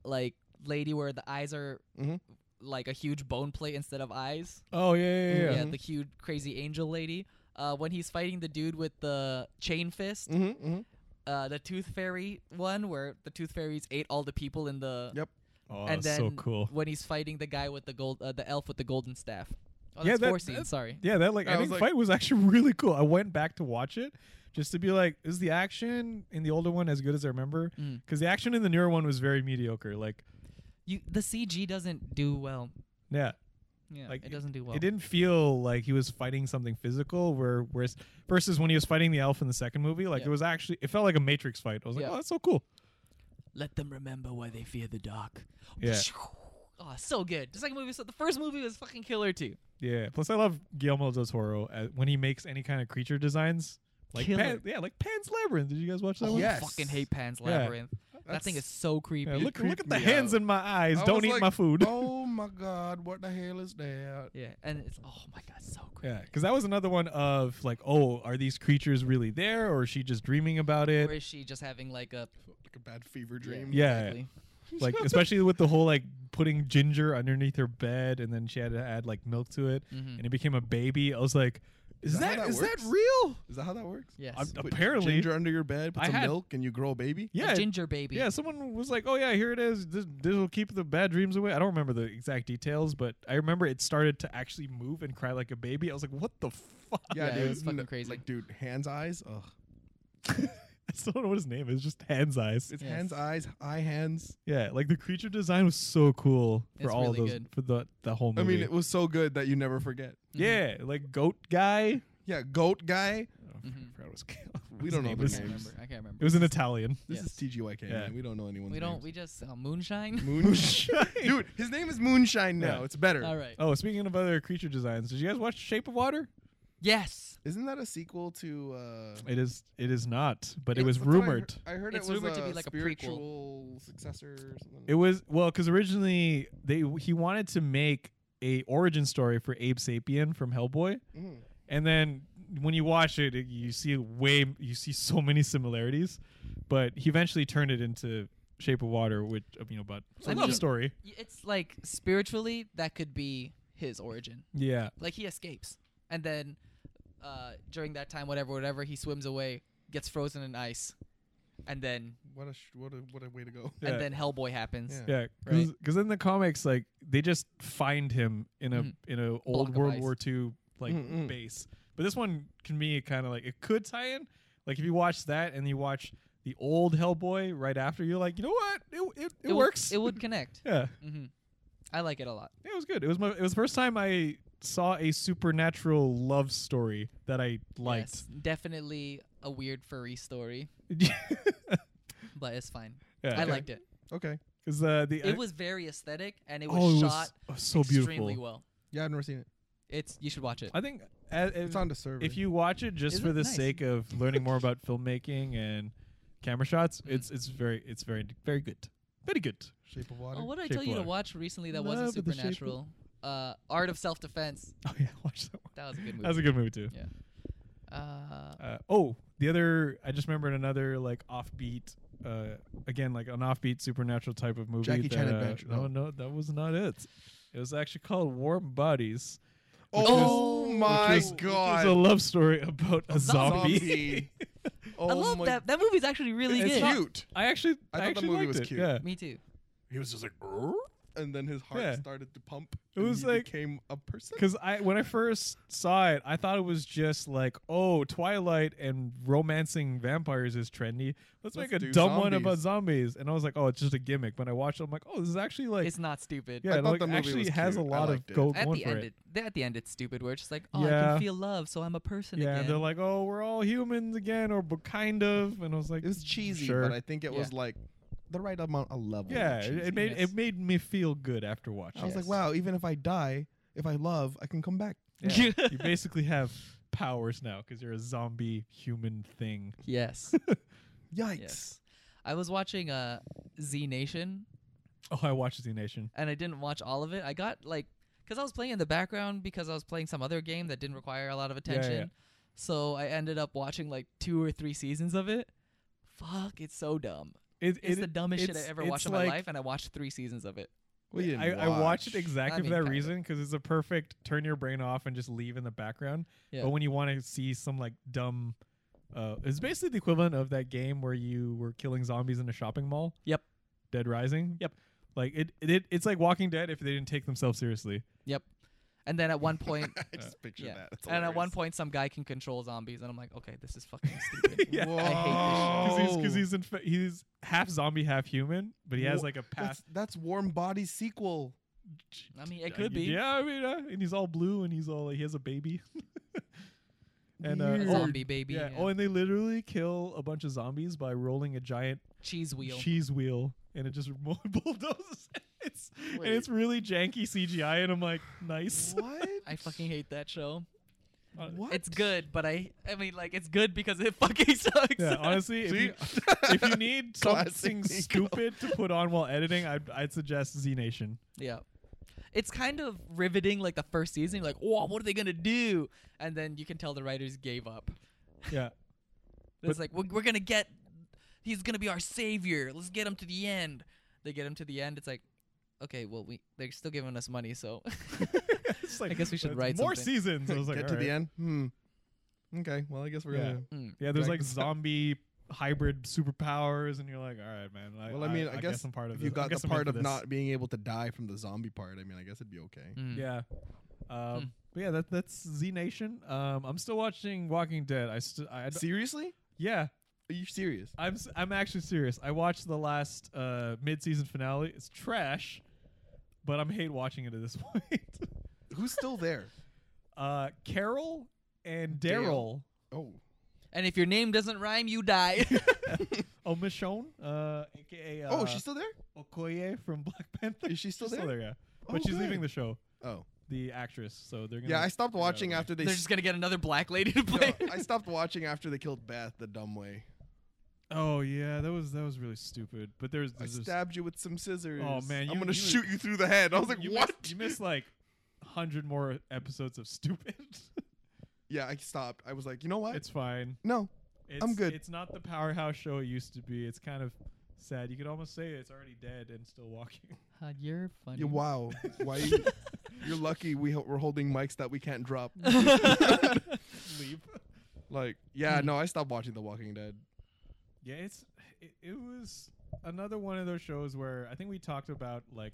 like lady where the eyes are Mhm. like a huge bone plate instead of eyes. Oh Mm-hmm. yeah, yeah, Yeah, yeah. Mhm. the huge crazy angel lady. Uh, when he's fighting the dude with the chain Mm. fist, hmm hmm uh, the tooth fairy one, where the tooth fairies ate all the people in the. Yep. Oh, And that's so then cool. when he's fighting the guy with the gold, uh, the elf with the golden staff. Oh, Yeah, that's that- four scenes. that- sorry. Yeah, that like I was ending like- fight was actually really cool. I went back to watch it just to be like, is the action in the older one as good as I remember? Mm. Because the action in the newer one was very mediocre. Like, You the CG doesn't do well. yeah, Yeah, Like, it doesn't do well. It didn't feel like he was fighting something physical. Where whereas versus when he was fighting the elf in the second movie, like it Yeah. was actually it felt like a Matrix fight. I was like, Yeah. oh, that's so cool. Let them remember why they fear the dark. Yeah. Oh, so good. The second movie, was so the first movie was fucking killer too. Yeah. Plus, I love Guillermo del Toro uh, when he makes any kind of creature designs, like Killer. Pan, yeah, like Pan's Labyrinth. Did you guys watch that Oh, one? yeah. Yes. I fucking hate Pan's Yeah. Labyrinth. That thing is That's- so creepy. Yeah, look, look creeped at the me hands out. in my eyes. I Don't was eat like, my food. oh my god, what the hell is that? Yeah, and it's oh my god, so creepy. Yeah, because that was another one of like, oh, are these creatures really there, or is she just dreaming about it? Or is she just having like a Like a bad fever dream. Yeah. Exactly. like especially with the whole like putting ginger underneath her bed and then she had to add like milk to it Mhm. and it became a baby i was like is, Is that that, how that is works? that real Is that how that works? Yes. I'm- Put apparently ginger under your bed, put I some had- milk, and you grow a baby. A yeah ginger baby. yeah someone was like oh yeah here it is this, this will keep the bad dreams away i don't remember the exact details but i remember it started to actually move and cry like a baby i was like what the fuck Yeah, it was fucking N- crazy. Like, dude, hands, eyes. Ugh. I still don't know what his name is. Just hands eyes. It's Yes. hands, eyes, eye hands. Yeah, like the creature design was so cool for It's all really those good. for the the whole I movie. mean, it was so good that you never forget. yeah, Mm-hmm. like goat guy. Oh, Yeah, goat guy. I Mhm. forgot what his- We his don't know name their is. I can't names. remember. I can't remember. It was an Italian. This Yes. is TGYK. Yeah. Man. We don't know anyone's we don't. names. We just uh, moonshine. Moonshine. Dude, his name is Moonshine now. Yeah. It's better. All right. Oh, speaking of other creature designs, did you guys watch Shape of Water? Yes. Isn't that a sequel to? Uh, It is. It is not, but it was that's what I heard- rumored. I heard It's it was rumored to a be like a prequel. spiritual successor or something. It was well because originally they he wanted to make a origin story for Abe Sapien from Hellboy, Mm. and then when you watch it, it- you see way you see so many similarities, but he eventually turned it into Shape of Water, which uh, you know, but it's a I love mean- story. Y- It's like spiritually that could be his origin. Yeah, Like he escapes, and then uh, during that time, whatever, whatever, he swims away, gets frozen in ice, and then What a sh- what a what a way to go. Yeah. and then Hellboy happens. Yeah. yeah, because in the comics, like they just find him in a Mhm. in a old of World ice. War II like Mm, mm. base, but this one can be kind of like it could tie in. Like if you watch that and you watch the old Hellboy right after, you're like, you know what, it it, it, would- works. it would connect. yeah, hmm I like it a lot. Yeah, it was good. It was my it was the first time I saw a supernatural love story that I liked. Yes, definitely a weird furry story, but it's fine. yeah, I liked it. Okay. because uh, the It was very aesthetic, and it was oh, it was shot oh, so extremely beautiful. well. Yeah, I've never seen it. It's you should watch it. I think uh, if, It's on the server. if you watch it just Is for it? the Nice. sake of learning more about filmmaking and camera shots, Mm. it's it's very it's very very good, very good. Shape of Water. Oh, what did I Shape tell you to water. watch recently that Love wasn't of the shape of- supernatural? Uh, Art of Self Defense. Oh yeah, watch that one. That was a good movie. That was a good movie too. uh, Uh, oh, the other I just remembered another like offbeat, uh, again like an offbeat supernatural type of movie. Jackie that, Chan uh, Adventure- No, oh. no, that was not it. It was actually called Warm Bodies. oh, Oh, my which was- which was god. a love story about a zombie. zombie. oh I love my- that. That movie's actually really It's good. not- Cute. I actually, I I, thought the actually movie liked was it, cute. Yeah, Me too. He was just like, "Arr?" and then his heart Yeah. started to pump. It and was he like- became a person. because I when I first saw it, I thought it was just like, oh, Twilight and romancing vampires is trendy. Let's, Let's make a do dumb one zombies. about zombies. And I was like, oh, it's just a gimmick. When I watched it, I'm like, oh, this is actually like it's not stupid. Yeah, I it thought like, the movie actually was has a cute. I lot of liked it. go At going the for end, it. it, they- at the end, it's stupid. Where it's just like, oh, I Yeah. can feel love, so I'm a person yeah, again. they're like, oh, we're all humans again, or but kind of. And I was like, It was cheesy, sure. but I think it Yeah. was like the right amount of level. of yeah, it- cheesy. it made Yes. it made me feel good after watching. I was it. like, wow. Even if I die, if I love, I can come back. Yeah, you basically have powers now because you're a zombie human thing. yes, Yikes. yes. I was watching uh, Z Nation, Oh, I watched Z Nation. and I didn't watch all of it. I got like, because I was playing in the background because I was playing some other game that didn't require a lot of Yeah, yeah, yeah. attention. So I ended up watching like two or three seasons of it. Fuck, it's so dumb. It, It's it- the dumbest shit I it's- ever it's watched in like- my life, and I watched three seasons of it. Well, you didn't I, I watched it watch. exactly mean, for that kinda. reason because it's a perfect turn your brain off and just leave in the background. Yeah. But when you want to see some like dumb, uh, it's basically the equivalent of that game where you were killing zombies in a shopping mall. Yep. Dead Rising. Yep. Like it, it, it's like Walking Dead if they didn't take themselves seriously. And then at one point, I just picture yeah. that. It's and at one hilarious. point, some guy can control zombies, and I'm like, okay, this is fucking stupid. yeah. I hate Because he's, Whoa. cause he's, in, fa- he's half zombie, half human, but he has Wha- like a That's, past. that's Warm Body's sequel. I mean, it could be. Yeah, I mean, uh, and he's all blue and he's all like, he has a baby. and uh, A oh, zombie baby, Yeah. yeah. Oh, and they literally kill a bunch of zombies by rolling a giant cheese wheel. cheese wheel, and it just bulldozes. It's and it's really janky CGI, and I'm like, nice. What? I fucking hate that show. Uh, what? It's good, but I, I mean, like, it's good because it fucking sucks. Yeah, honestly, if See? you, if you need Classic something Nico. stupid to put on while editing, I'd, I'd suggest Z Nation. Yeah. It's kind of riveting, like the first season. You're like, whoa, what are they gonna do? And then you can tell the writers gave up. Yeah, It's like we're, we're gonna get, he's gonna be our savior. Let's get him to the end. They get him to the end. It's like, okay, well, we they're still giving us money, so It's like, I guess we should that's write more something. seasons. I was like, Get to the end. Hmm. Okay. Well, I guess we're Yeah. gonna. Mm. Yeah, there's Drag like this out. zombie hybrid superpowers, and you're like, all right, man. I, Well, I mean, I, guess, guess, I'm part of if this. you I got guess the I'm in part for of this. not being able to die from the zombie part, I mean, I guess it'd be okay. Mm. Yeah. Hmm. Um, But yeah, that that's Z Nation. Um, I'm still watching Walking Dead. I, st- I I d- Seriously? yeah, Are you serious? I'm s- I'm actually serious. I watched the last uh, mid-season finale. It's trash, but I'm hate watching it at this point. Who's still there? uh, Carol and Daryl. Dale. Oh, And if your name doesn't rhyme, you die. Oh, Michonne, uh, aka uh, oh, she's still there. Okoye from Black Panther. Is she still She's there? yeah. Oh, But she's good. leaving the show. Oh, The actress. So they're gonna. yeah. I stopped get out of watching the way. after they. They're just gonna get another black lady to No, play. I stopped watching after they killed Beth the dumb way. Oh yeah, that was that was really stupid. But there's, I there's this- stabbed you with some scissors. Oh, man, you- I'm gonna you- shoot you through the head. I was like, you what? Missed, you missed like hundred more episodes of stupid. Yeah, I stopped. I was like, you know what? it's fine. no, It's, I'm good. It's not the powerhouse show it used to be. It's kind of sad. You could almost say it's already dead and still walking. you're funny. Yeah, wow. Why? You, you're lucky we ho- we're holding mics that we can't drop. Leave. Like, yeah, no, I stopped watching The Walking Dead. Yeah, it's it, it was another one of those shows where I think we talked about like,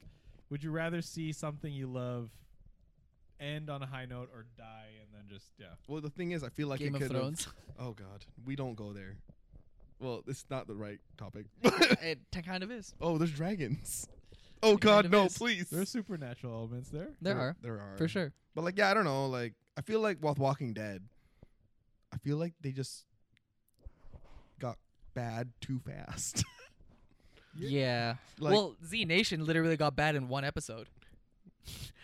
would you rather see something you love end on a high note or die and then just yeah. Well, the thing is, I feel like Game it of could. Thrones. Oh God, we don't go there. Well, it's not the right topic. it t- kind of is. oh, there's dragons. Oh It God, kind of no, is. please. There are supernatural elements there. There are There are for sure. But like, yeah, I don't know. Like, I feel like with Walking Dead, I feel like they just got bad too fast. Yeah. Yeah. like, well, Z Nation literally got bad in one episode.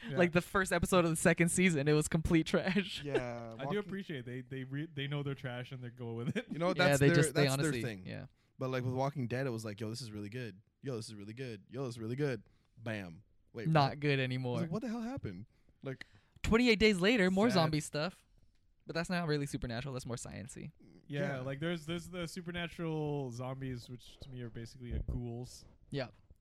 Yeah. Like the first episode of the second season, it was complete trash. yeah, I do appreciate they they re- they know their trash and they go with it. You know, yeah, that's they their just that's they honestly their thing. yeah. But like with Walking Dead, it was like, yo, this is really good. Yo, this is really good. Yo, this is really good. Bam. Wait, what? not good I was anymore. like, what the hell happened? Like, 28 days later, more Sad. zombie stuff. But that's not really supernatural, that's more sciency. Yeah, Yeah. like there's there's the supernatural zombies, which to me are basically a ghouls.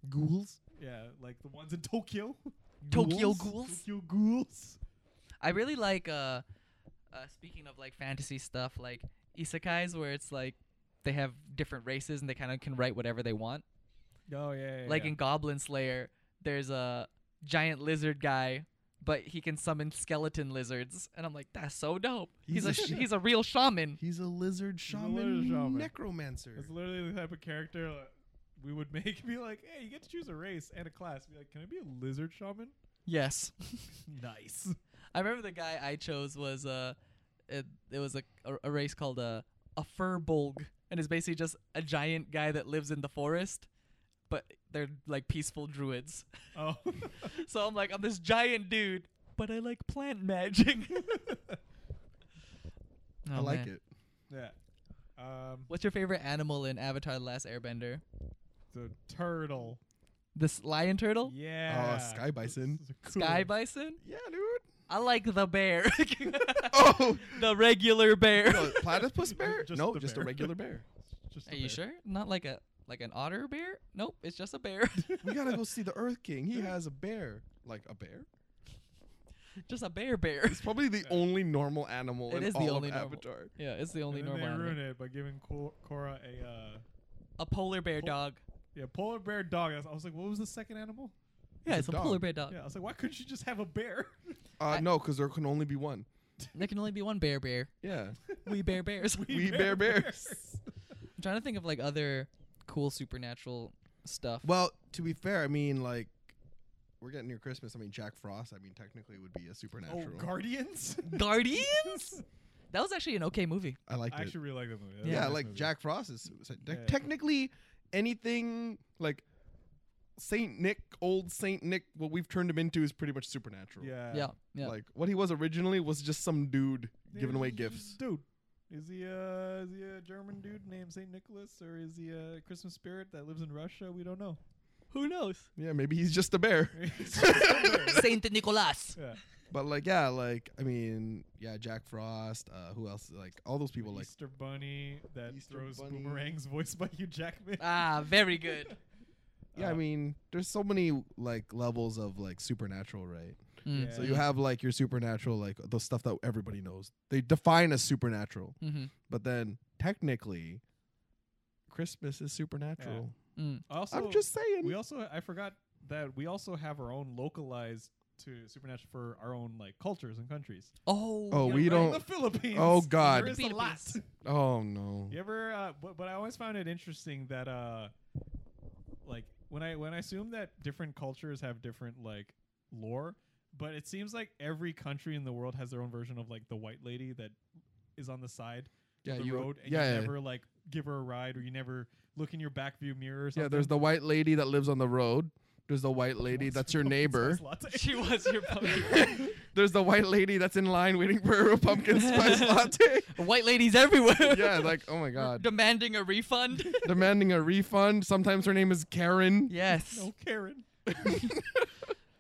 ghouls. Yeah, like the ones in Tokyo. Tokyo ghouls. Tokyo ghouls. I really like uh, uh speaking of like fantasy stuff like isekais where it's like they have different races and they kind of can write whatever they want. Oh yeah. yeah Like yeah. in Goblin Slayer, there's a giant lizard guy, but he can summon skeleton lizards, and I'm like, that's so dope. He's, He's a a sh- sh- he's a real shaman. He's a lizard a shaman, lizard shaman. necromancer. That's literally the type of character like, we would make. Be like, hey, you get to choose a race and a class. Be like, can I be a lizard shaman? Yes, Nice. I remember the guy I chose was uh, it, it was a, a, a race called a a furbolg, and it's basically just a giant guy that lives in the forest, but they're like peaceful druids. Oh. so I'm like, I'm this giant dude, but I like plant magic. Oh, I like it. yeah. Um. What's your favorite animal in Avatar: The Last Airbender? The turtle. This lion turtle, Yeah. Oh, sky bison. Those are cool. Oh. sky bison. Yeah, dude. I like the bear, Oh, the regular bear. no, platypus bear? Just no, the just bear. a regular bear. Just a Are you bear. sure? Not like a like an otter bear? Nope, it's just a bear, We gotta go see the Earth King. He has a bear. Like a bear? just a bear bear. It's probably the only normal animal It in is the all only of normal. Avatar. Yeah, it's the only And then normal. they animal. ruin it by giving Cor- Korra a uh, A polar bear Pol- dog. yeah polar bear dog. I was, I was like, what was the second animal? Yeah, a it's a, dog. polar bear dog. Yeah, I was like, why couldn't you just have a bear? Uh, I- no, because there can only be one. There can only be one bear bear. Yeah. We bear bears. We bear bears. I'm trying to think of like other cool supernatural stuff. Well, to be fair, I mean, like, we're getting near Christmas. I mean, Jack Frost, I mean, technically would be a Oh, supernatural. Guardians! Guardians. that was actually an okay movie. I liked I it. actually really like that movie. That was a yeah, nice like movie. Jack Frost is su- su- te- Yeah. technically anything like Saint Nick, old Saint Nick. What we've turned him into is pretty much supernatural. Yeah, Yeah, yeah. Like what he was originally was just some dude They giving were away just- gifts. Dude, is he uh is he a German dude named Saint Nicholas or is he a Christmas spirit that lives in Russia? We don't know. Who knows? Yeah, maybe he's just a bear. Saint Nicholas. yeah, But like, yeah, like I mean, yeah, Jack Frost. Uh, who else? Like all those people. Like Easter Bunny that Easter throws Bunny. boomerangs, voiced by Hugh Jackman. Ah, very good. yeah, I Uh, mean, there's so many like levels of like supernatural, right? Mm. So you have like your supernatural, like the stuff that everybody knows. They define as supernatural. Mm-hmm. But then technically, Christmas is supernatural. Mm. also, I'm just saying. we also I forgot that we also have our own localized to supernatural for our own like cultures and countries. Oh, Oh, you're we right. don't- the Philippines. Oh, God. there is a lot. Philippines. Oh no. You ever? Uh, but, but I always found it interesting that uh, like when I when I assume that different cultures have different like lore, but it seems like every country in the world has their own version of like the white lady that is on the side Yeah, of the you- road and yeah, you yeah. never like give her a ride or you never look in your back view mirror. Or something. Yeah, there's the white lady that lives on the road. There's the white lady Once- that's your once neighbor. size latte. She was your pumpkin. There's the white lady that's in line waiting for her pumpkin spice latte. White ladies everywhere. yeah, like oh my god. Demanding a refund. Demanding a refund. Sometimes her name is Karen. yes. no Karen.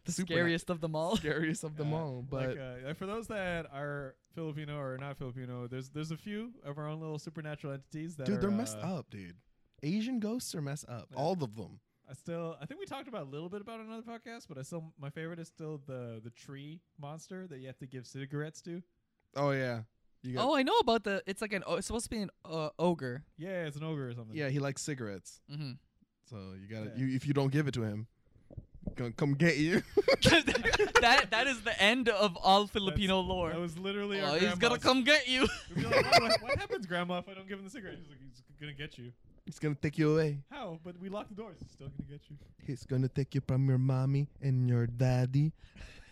The Super- scariest of them all. Scariest of them Yeah, all. But like, uh, uh, for those that are Filipino or not Filipino, there's there's a few of our own little supernatural entities that dude, are, they're messed uh, up, dude. Asian ghosts are messed up. Yeah. All of them. I still, I think we talked about a little bit about another podcast, but I still, my favorite is still the the tree monster that you have to give cigarettes to. Oh yeah. You got Oh, I know about the. It's like an. o- It's supposed to be an uh, ogre. Yeah, it's an ogre or something. Yeah, he likes cigarettes. Mm-hmm. So you gotta Yeah. you if you don't give it to him, gonna come get you. that that is the end of all That's- Filipino lore. That was literally. our Oh, he's gonna grandma's- come get you. We'd be like, what, what- what happens, Grandma, if I don't give him the cigarette? He's like, he's gonna get you. He's gonna take you away. How? But we locked the doors. He's still gonna get you. He's gonna take you from your mommy and your daddy.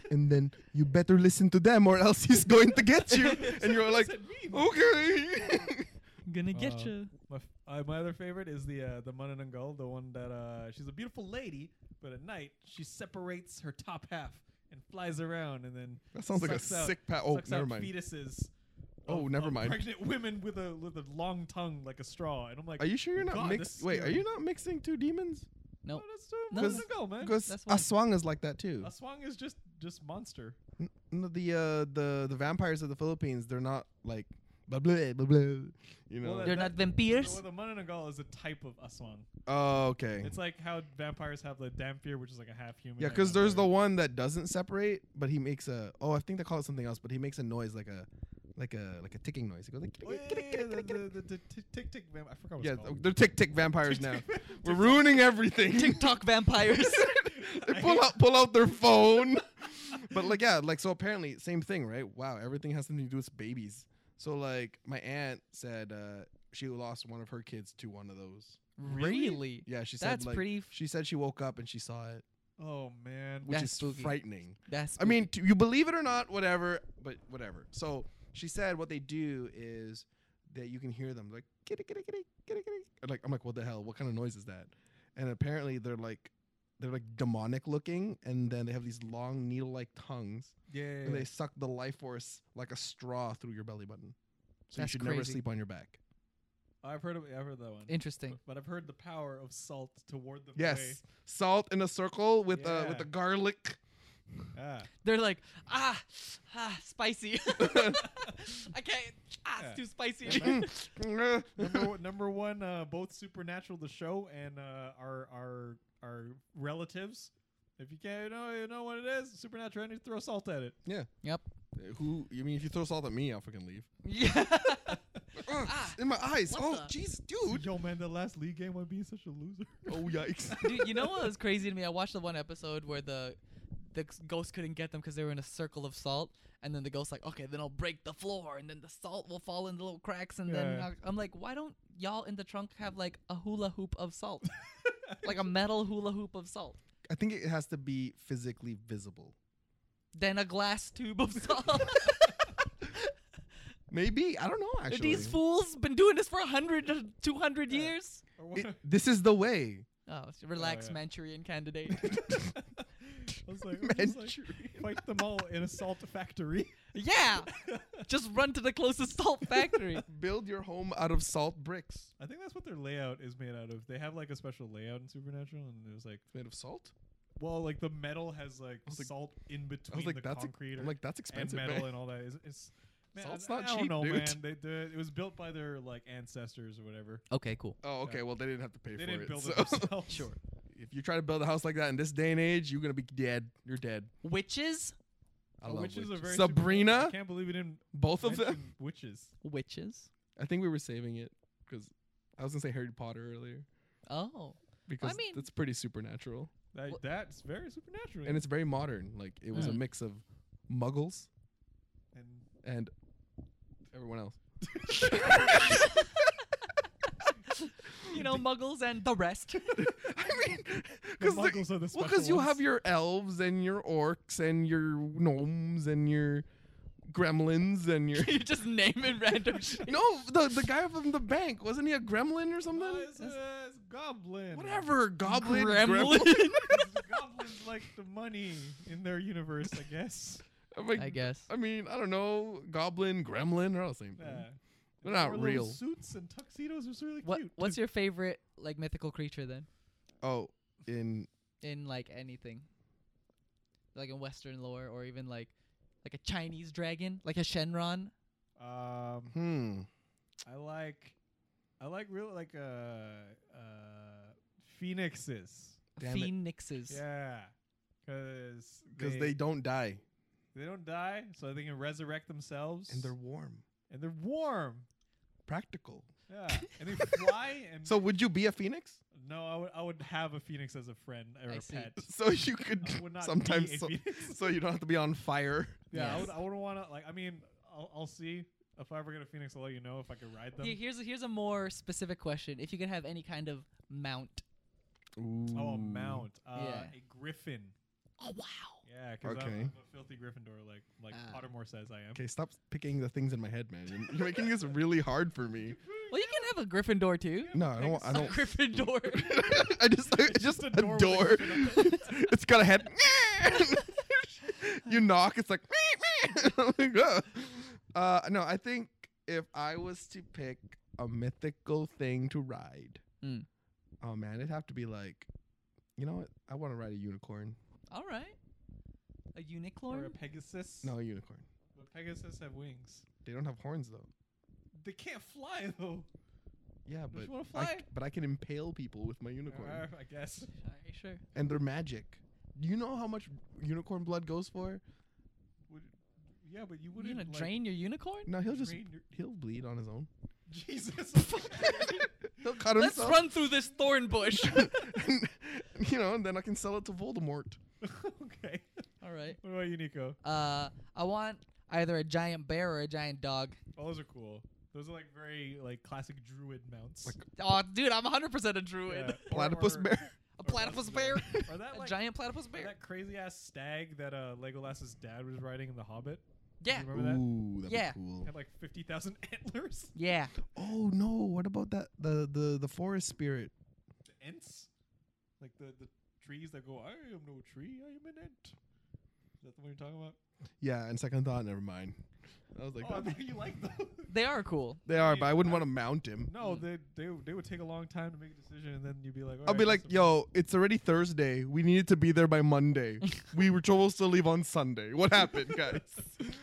And then you better listen to them or else he's going to get you. And you're like, What does that mean? okay. gonna get Uh, ya. My, f- uh, my other favorite is the uh, the Manananggal, the one that uh, she's a beautiful lady, but at night she separates her top half and flies around, and then That sounds like a sucks out- sick pa- oh, sucks never out mind. Fetuses. Oh, of- never of mind. Pregnant women with a with a long tongue like a straw, and I'm like, Are you sure you're not God, that's mixed? Wait, are scary. you not mixing two demons? No, No. that's the No, Manananggal, man. Because That's one. Aswang is like that too. Aswang is just just monster. N- no, the uh, the the vampires of the Philippines, they're not like blah blah blah blah. You that- know. They're not vampires. Well, the Manananggal is a type of Aswang. oh, okay. It's like how vampires have the Damphir, which is like a half human. Yeah, half because there's the vampire. one that doesn't separate, but he makes a oh, I think they call it something else, but he makes a noise like a like a like a ticking noise. He goes like Oh, yeah, yeah, yeah, the, the, the, the tick- tick tick vamp. I forgot what yeah, it's called. they're tick tick vampires now. Tick-tick- We're tick-tick. ruining everything. TikTok vampires. they pull out pull out their phone. but like yeah, like so apparently same thing, right? Wow, everything has something to do with babies. So like my aunt said uh she lost one of her kids to one of those. Really? really? Yeah, she said That's like pretty. F- she said she woke up and she saw it, Oh man. which is That's spooky. frightening. that's. I mean, t- you believe it or not, whatever, but whatever. So she said what they do is that you can hear them like kitty kitty kitty kitty kitty. And, Like I'm like, what the hell? What kind of noise is that? And apparently they're like they're like demonic looking, and then they have these long needle like tongues, Yeah. and they suck the life force like a straw through your belly button. So That's you should never crazy. sleep on your back. I've heard of, I've heard that one. interesting. But I've heard the power of salt to ward them Yes, salt in a circle with uh with Yeah. a garlic. away. Ah. They're like, ah, ah, spicy. I can't. Ah, Yeah. it's too spicy. Yeah, number, one- number one, uh, both Supernatural, the show, and uh, our our our relatives. If you can't you know you know what it is, Supernatural, I need to throw salt at it. yep. Who? You mean if you throw salt at me, I'll freaking leave. Yeah. Ugh, Uh, Ah, Uh, in my eyes. what Oh, the- jeez, dude. Yo, man, the last league game, I'm being such a loser. Oh yikes! Dude, you know what was crazy to me? I watched the one episode where the the c- ghost couldn't get them because they were in a circle of salt, and then the ghost's like, "Okay, then I'll break the floor, and then the salt will fall in the little cracks." And then Yeah. I'll-" I'm like, "Why don't y'all in the trunk have like a hula hoop of salt, like a metal hula hoop of salt, I think it has to be physically visible. then a glass tube of salt?" Maybe I don't know. Have Actually, These fools been doing this for 100 to 200 Yeah. years. Or what- It- this is the way. Oh, s- relax, yeah. Manchurian candidate. I was like, I was just like, fight them all in a salt factory. yeah, just run to the closest salt factory. Build your home out of salt bricks. I think that's what their layout is made out of. They have like a special layout in Supernatural, and it was like, It's made of salt. well, like the metal has like was like- salt in between I was like, the that's ex- concrete I'm or- like that's and expensive. metal man. and all that. It's, it's man, Salt's I, not I don't cheap, know, dude. man. They, they, it was built by their like ancestors or whatever. Okay, cool. Oh, okay. Well, they didn't have to pay They for didn't it. build so it themselves. Sure. if you try to build a house like that in this day and age, you're gonna be dead. You're dead. Witches, I love Oh, Which is a witches. very Sabrina? I can't believe we didn't Both of them. mention witches. witches. I think we were saving it because I was gonna say Harry Potter earlier Oh, because mean- it's pretty supernatural. Like, Well- that's very supernatural. and it's very modern. Like it was a Mm. mix of Muggles And- and everyone else. you know, muggles and the rest. I mean, because Muggles are the well, special because you have ones. your elves and your orcs and your gnomes and your gremlins and your you just naming random shit. no the the guy from the bank wasn't he a gremlin or something? Uh, it's, uh, it's goblin. Whatever, goblin, Gremlin. gremlin. Goblins like the money in their universe, I guess. I'm like, I guess. I mean, I don't know, goblin, gremlin, they're all the same thing. Yeah. They're Their not little real. Suits and tuxedos was really What cute. What's your favorite like mythical creature then? Oh, in In like anything, like in Western lore, or even like like a Chinese dragon, like a Shenron. Um, hmm, I like, I like real like uh, uh, phoenixes. Damn it. phoenixes. Yeah, because because they, don't die they don't die, so they can resurrect themselves, and they're warm, and they're warm. practical. Yeah, and they fly. And So would you be a phoenix? no, I would I would have a phoenix as a friend or I a see. pet. So you could I would not be sometimes a so, phoenix. so you don't have to be on fire. Yeah, I Yes. would I would want to like. I mean, I'll, I'll see if I ever get a phoenix. I'll let you know if I could ride them. Here- Here's a, here's a more specific question. If you could have any kind of mount, Oh, Mm. a mount. Uh, Yeah. A griffin. oh wow, Yeah, because I'm, Okay. I'm a filthy Gryffindor, like like Ah. Pottermore says I am. Okay, stop picking the things in my head, man. You're making this really hard for me. well you can have a Gryffindor too. No, I don't. I A don't. Gryffindor. I just, I It's just just a a door. door with a it's got a head. you knock, it's like. I'm like, "Ugh." uh, no, I think if I was to pick a mythical thing to ride, Mm. oh man, it'd have to be like, you know what? I want to ride a unicorn. All right, a unicorn. Or a Pegasus. No, a unicorn. But Pegasus have wings. They don't have horns though. They can't fly though. Yeah, Don't but you wanna I, fly? c- but I can impale people with my unicorn, Uh, I guess. Are you sure? and they're magic. Do you know how much unicorn blood goes for? Would, yeah, but you You wouldn't gonna like, drain your unicorn? No, he'll just drain your- he'll bleed on his own. Jesus. He'll cut Let's himself. run through this thorn bush. you know, and then I can sell it to Voldemort. okay. All right. What about you, Nico? Uh, I want either a giant bear or a giant dog. Oh, those are cool. Those are like very like classic druid mounts. Like Oh, dude, I'm 100% a druid. Yeah. Or- Platypus or- bear. A or platypus bear. Or that A like giant platypus or bear. that crazy ass stag that uh Legolas's dad was riding in The Hobbit. Yeah. You remember that? Ooh, that'd Yeah. be cool. Had like fifty thousand antlers. Yeah. Oh no, what about that the the the forest spirit? The Ents, like the the trees that go. I am no tree. I am an ant. Is that the one you're talking about? Yeah, and second thought, never mind. I was like, oh, I "That'd thought you like those. They are cool. be-" they are, but I wouldn't want to mount him. No, Mm. they they they would take a long time to make a decision, and then you'd be like, I'll be "Alright, like, that's a- yo, it's already Thursday. We needed to be there by Monday. we were supposed to leave on Sunday. What happened, guys?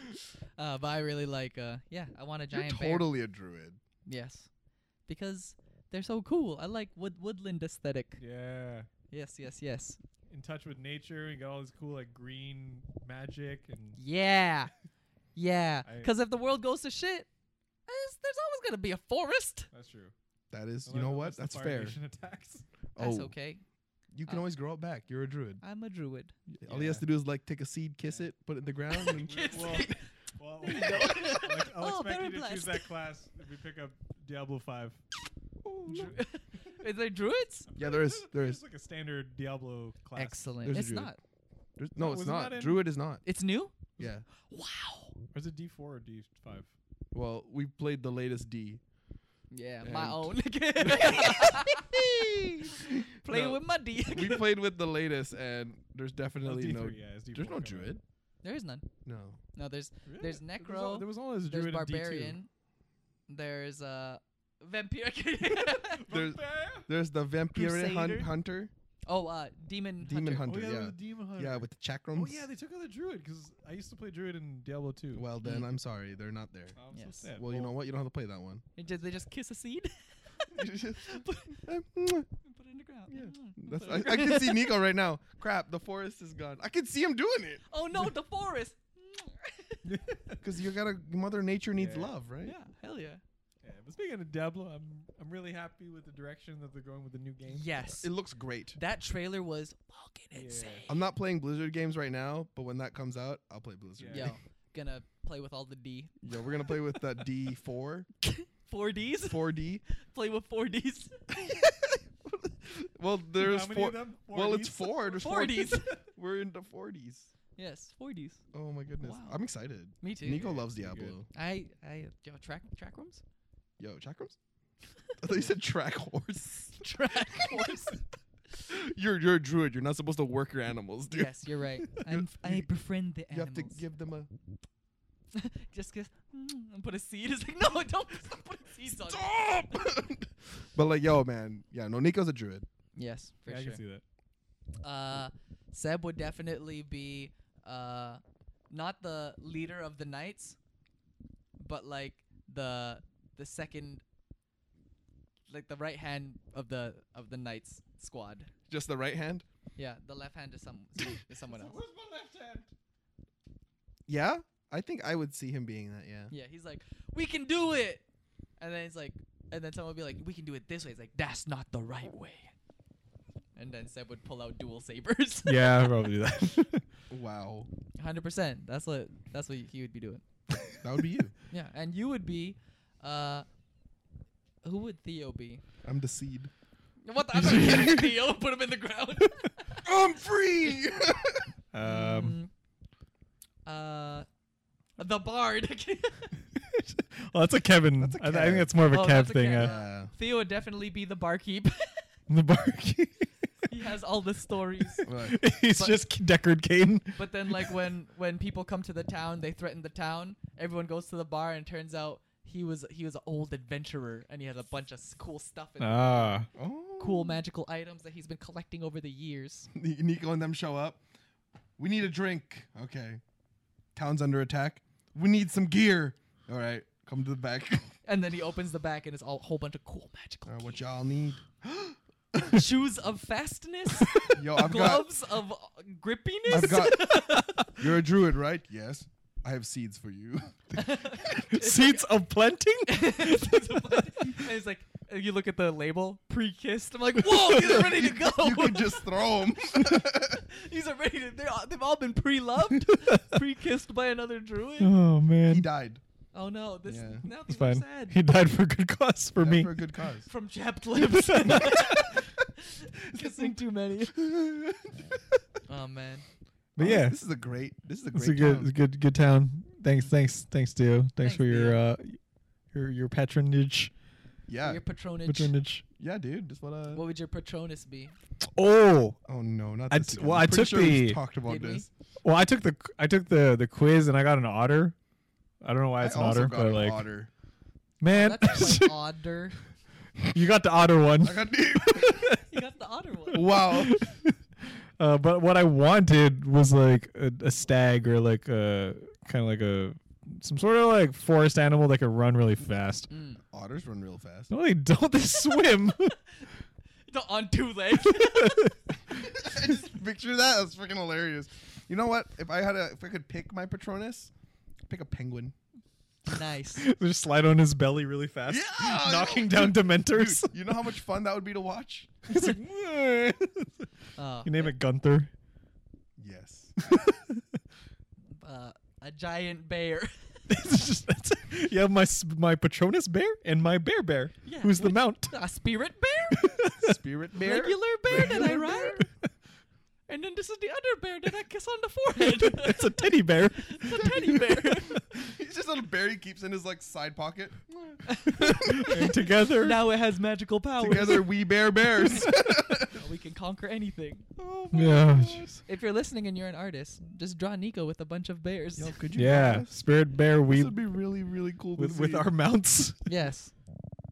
Uh, but I really like, uh, yeah, I want a You're giant bear. totally a druid. Yes. Because they're so cool. I like wood woodland aesthetic. Yeah, Yes, yes, yes. in touch with nature. You got all this cool like green magic, and Yeah. Yeah. I- Because if the world goes to shit, there's, there's always going to be a forest. that's true. That is, you Unless- know unless what? the That's Fire fair. Nation attacks. That's oh, okay. you can Uh, always grow it back. You're a druid. I'm a druid. All he has to do is like take a seed, kiss Yeah. it, put it in the ground. and Kiss well, it. well, There you I'll, go. ex- I'll Oh, expect very you to choose blessed. that class if we pick up Diablo Five. Dru- Is there druids? Yeah, there is- there There's is. like a standard Diablo class. Excellent. There's a it's druid. not. There's- no, No, it's was it not. not in- Druid is not. It's new? Yeah. Wow. Or is it D4 or D5? Well, we played the latest D. Yeah, And- my own. Playing No. with my D. we played with the latest, and there's Oh, definitely D3, no. yeah, it's D4. There's no okay. druid. there is none. No. No, there's Really? There's There was necro, all- There was all this there's druid in D2. barbarian. There's uh vampire. There's- Vampire? There's the vampire hun- Crusader? hunter, oh, uh demon. demon Oh hunter. yeah, there was yeah. a demon hunter. Yeah, with the chakrams. Oh yeah, they took out the druid because I used to play druid in Diablo 2. well then, I'm sorry, they're not there. I'm Yes. so sad. Well, you know what? You don't have to play that one. It just, they just kiss a seed. put, Uh, mwah. put it in the ground. Yeah. Mm, That's, put I, it in the I can ground. see Nico right now. Crap, the forest is gone. I can see him doing it Oh no, the forest. because you gotta. Mother Nature needs Yeah. love, right? yeah, hell yeah. Yeah, but speaking of Diablo, I'm I'm really happy with the direction that they're going with the new game. Yes. It looks great. That trailer was fucking Yeah. insane. I'm not playing Blizzard games right now, but when that comes out, I'll play Blizzard. Yeah. Yo, gonna play with all the D. Yo, we're gonna play with uh, D4, Four Ds? 4D. play with four Ds. Well, there's How many four. of them? Four well, of it's these? four. There's four Four Ds. We're into 40s. yes, four Ds. Oh my goodness, Wow. I'm excited. Me too. Nico loves pretty good. Diablo. I uh, I yo, track track rooms? Yo, track rooms. I thought you said track horse. Track rooms. you're you're a druid. You're not supposed to work your animals, dude. yes, you're right. I'm, I befriend the You have animals. to give them a. Just cause mm, and put a seed. It's like no, don't put seeds on. it. Stop! but like, yo, man, yeah, no, Nico's a druid. Yes, for Yeah, I sure. can see that. uh, Seb would definitely be uh, not the leader of the knights, but like the the second, like the right hand of the of the knights squad. Just the right hand. Yeah, the left hand is some is someone else. Where's my left hand? Yeah, I think I would see him being that. Yeah. Yeah, he's like, we can do it, and then it's like, and then someone would be like, we can do it this way. It's like that's not the right way. And then Seb would pull out dual sabers. Yeah, I'd probably do that. Wow, hundred percent. That's what that's what he would be doing. that would be you. Yeah, and you would be, uh, who would Theo be? I'm the seed. What the? I'm gonna kill Theo. Put him in the ground. I'm free. um, Mm, Mm-hmm. uh, the Bard. well, that's a Kevin. That's a I, th- I think Kev. that's more of a Oh, Kev that's a thing. Kev. Uh, yeah. Theo would definitely be the barkeep. the barkeep. he has all the stories. Right. He's But- just Deckard Cain. But then, like when when people come to the town, they threaten the town. Everyone goes to the bar, and turns out he was he was an old adventurer, and he had a bunch of s- cool stuff Uh. and Ah, Oh. cool magical items that he's been collecting over the years. Ni- Nico and them show up. We need a drink. Okay. Town's under attack. We need some gear. All right. Come to the back. And then he opens the back, and it's all a whole bunch of cool magical All right, what y'all need? shoes of fastness, Yo, Oh. I've got. gloves of uh, grippiness. I've got. You're a druid, right? Yes. I have seeds for you. seats of plenty. and it's like and you look at the label, pre-kissed. I'm like, whoa, these are ready to go. you can just throw them. these are ready. To, they're, all- they've all been pre-loved, pre-kissed by another druid. oh he man, died. Oh no, this Yeah. now it's these fine. are sad. He died for good cause for Yeah, me. For a good cause. From chapped lips, kissing too many. Oh man, but yeah, This is a great. This is a it's a great. good, town. it's a good, good town. Thanks, thanks, thanks, Theo. Thanks, Thanks, for your uh, your your patronage. Yeah. your patronage. Patronage. Yeah, dude. Just wanna. What would your patronus be? Oh, oh no, not I this. t- again. well, I'm I pretty took sure we've the- talked about Did we? this. well, I took the I took the the quiz and I got an otter. I don't know why it's I an also otter, got but an like, otter. man, That's quite odder. you got the otter one. I got. You got the otter one. wow. Uh, but what I wanted was like a, a stag or like a kind of like a some sort of like forest animal that could run really fast. Mm. Otters run real fast. No, they don't. They swim. The on two legs. I just picture that. That's freaking hilarious. You know what? If I had a, if I could pick my Patronus, pick a penguin. nice. they just slide on his belly really fast, Yeah, knocking down dementors. You know how much fun that would be to watch? It's like, you Uh, name it Gunther. Yes. uh, a giant bear. It's just- that's- you have my s- my Patronus bear and my bear bear, Yeah, who's the which- mount. a spirit bear? Spirit bear. Regular bear that I Regular ride? And then this is the other bear that I kiss on the forehead. it's a teddy bear. It's a teddy bear. He's just a little bear he keeps in his like side pocket. and together, now it has magical powers. Together we bear bears. We can conquer anything. oh Yeah, gosh. jeez. If you're listening and you're an artist, just draw Nico with a bunch of bears. Yo, could you? draw yeah, this? spirit bear. This We would be really really cool. to with with see. our mounts. Yes.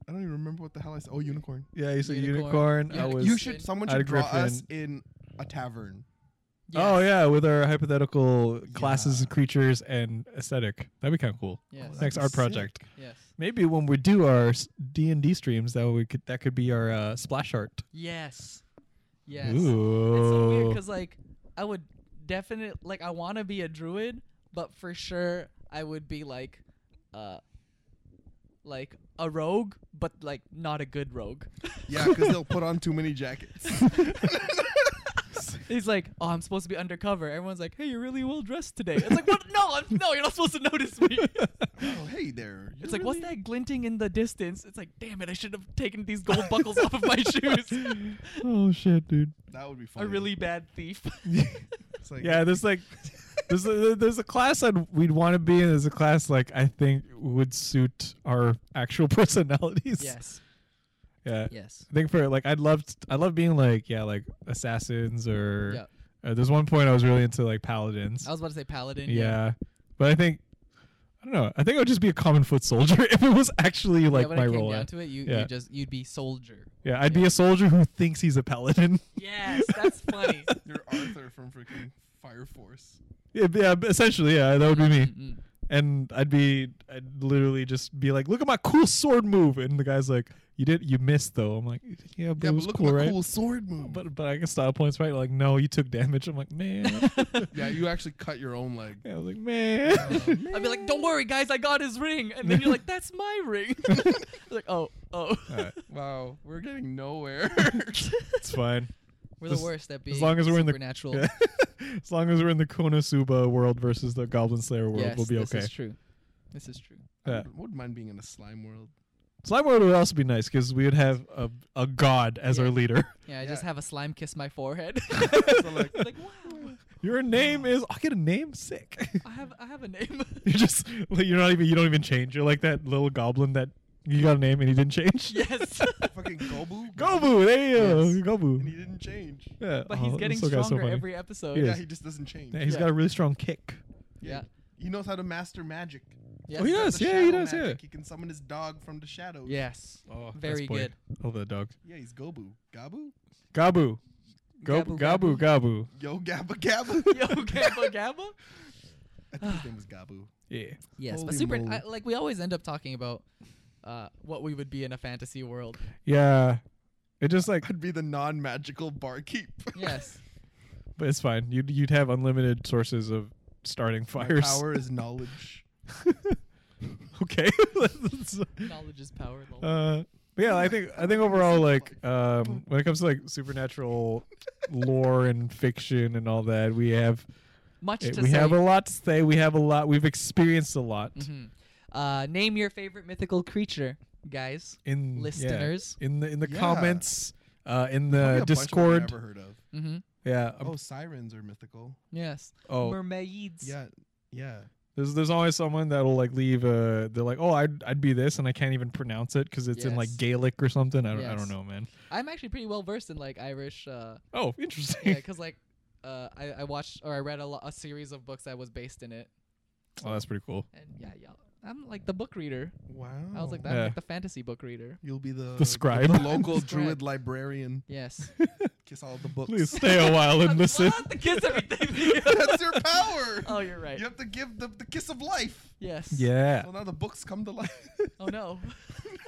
I don't even remember what the hell I said. Oh, unicorn. Yeah, you said Unicorn. unicorn. Yeah, I like was. You should. Someone I had should a draw griffin. us in a tavern. Oh Yes. yeah, with our hypothetical classes, Yeah. creatures, and aesthetic. That'd be kind of cool. Yes. Next that'd art be project. Yes. Maybe when we do our D and D streams, that we could that could be our uh, splash art. Yes. Yes. It's so weird Ooh. because like I would definitely like I want to be a druid, but for sure I would be like, uh, like a rogue, but like not a good rogue. Yeah, because they'll put on too many jackets. He's like, "Oh, I'm supposed to be undercover." Everyone's like, "Hey, you're really well dressed today." It's like, "What? No, I'm, no, you're not supposed to notice me." oh, hey there. It's like, "What's that glinting in the distance?" It's like, "Damn it, I should have taken these gold buckles off of my shoes." oh shit, dude. That would be funny. a really bad thief. It's like, Yeah, there's like there's a, there's a class I'd, we'd want to be in. There's a class like I think would suit our actual personalities. yes. Yeah. Yes. I think for like I'd love t- I love being like yeah like assassins or Yeah. uh, there's one point I was really into like paladins. I was about to say paladin. yeah. but I think I don't know. I think I would just be a common foot soldier if it was actually like yeah, when my it came role. down to it, you, Yeah. you just you'd be soldier. yeah, I'd be a soldier who thinks he's a paladin. Yes, that's funny. You're Arthur from freaking Fire Force. yeah, yeah, uh, essentially, yeah, that would be me. Mm-mm. and I'd be I'd literally just be like, "Look at my cool sword move," and the guy's like, "You did, you missed though." I'm like, "Yeah, but Yeah, it but was look cool, at my right?" cool sword move. But but I can style points, right? Like, no, you took damage. I'm like, man. yeah, you actually cut your own leg. Um, yeah, I was like, man. I'd be like, "Don't worry, guys, I got his ring," and then you're like, "That's my ring." like, oh, oh, Alright, Wow, we're getting nowhere. it's fine. we're the as- worst at being As long as we're in the supernatural. yeah. as long as we're in the Konosuba world versus the Goblin Slayer world, Yes, we'll be this okay. is true. This is true. I Yeah. would- wouldn't mind being in a slime world. Slime world would also be nice because we would have a a god as Yeah. our leader. Yeah, I just Yeah. have a slime kiss my forehead. So like, like, wow, Your name is I get a name sick. I have I have a name. You're just like, you're not even you don't even change. You're like that little goblin that you got a name and he didn't change. yes, fucking Gobu. Gobu, there you go, Yes. And he Gobu. didn't change. Yeah, but oh, he's this getting little guy's so stronger funny. every episode. He Yeah, is. he just doesn't change. Yeah, he's yeah. got a really strong kick. Yeah. He knows how to master magic. Yes. Oh, he got does, the yeah, he shadow does, yeah. magic. He can summon his dog from the shadows. Yes. Oh, Very good. I love that dog. Yeah, he's Gobu. Gabu? Gabu. Go, Gabu, gabu, gabu, Yo, Gabba Gabba. Yo, Gabba Gabba. I think his name was Gabu. Yeah. Yes, Holy but super. moly. I, like we always end up talking about uh, what we would be in a fantasy world. Yeah. It just like, I'd be the non magical barkeep. Yes. but it's fine. You'd you'd have unlimited sources of starting My fires. power is knowledge. okay. Let's- Knowledge is power. lol. Uh, but yeah, I think I think overall, like um, when it comes to like supernatural lore and fiction and all that, we have Much eh, to we say. have a lot to say. We have a lot. We've experienced a lot Mhm. Uh, name your favorite mythical creature, guys. in yeah, Listeners. in the in the Yeah. comments, uh, in Probably a the bunch that we Discord. never heard of. Mm-hmm. Yeah. Oh, um, sirens are mythical. Yes. Oh, Mermaids. Yeah, yeah. there's there's always someone that'll like leave. Uh, they're like, oh, I'd I'd be this, and I can't even pronounce it because it's in like Yes. Gaelic or something. I don't I don't Yes. know, man. I'm actually pretty well versed in like Irish. Uh, Oh, yeah, interesting. because like. Uh, I, I watched or I read a, lo- a series of books that was based in it, oh, that's pretty cool. and yeah, yeah, I'm like the book reader. Wow. I was like, that, Yeah. like the fantasy book reader. You'll be uh, the, scribe. the local Scribe. druid librarian. Yes. Kiss all the books. Please stay a while and listen. Not the kiss everything. That's your power. oh, you're right. You have to give the, the kiss of life. Yes. Yeah. So now the books come to life. Oh no.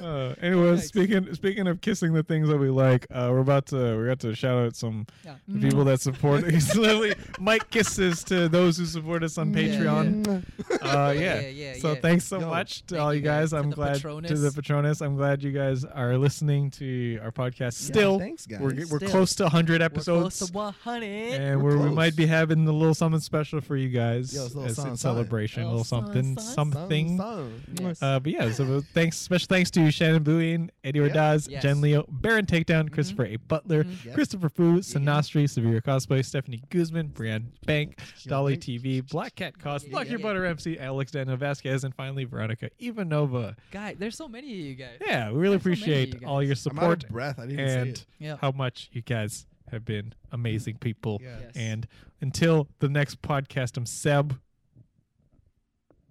Uh, anyway, Yikes. speaking speaking of kissing the things that we like, uh, we're about to we're about to shout out some Yeah. people that support. He's literally Mike kisses to those who support us on Patreon. Uh, yeah. yeah, So yeah. thanks so Yo, much to thank all you you guys. guys, to I'm the glad to Patronus. the Patronus. I'm glad you guys are listening to our podcast. Still, thanks, guys. we're g- we're Still. close to 100 We're close episodes, to 100. and We're we're, we might close. be having a little something special for you guys Yo, it's a little as something, a something. celebration, a Little little something, something, something. something. Yes. Uh, but yeah, so thanks, special thanks to Shannon Booing, Eddie Yeah. Ordaz, Yes. Mm-hmm. Jen Leo, Baron Takedown, Christopher A. Butler, Mhm. Yeah. Christopher Fu, Sinastri, Severe Cosplay, Stephanie Guzman, Brianne Bank, Dolly Yo, TV, Black Cat Cost, Yeah, Lucky yeah. Butter MC, Alex Daniel Vasquez, and finally Veronica Ivanova. Guy, there's so many of you guys. Yeah, we really There's so many of appreciate you all guys. your I'm out support of breath. I didn't even say and it. Yeah. how much you guys have been amazing people. Yeah. Yes. And until the next podcast, I'm Seb.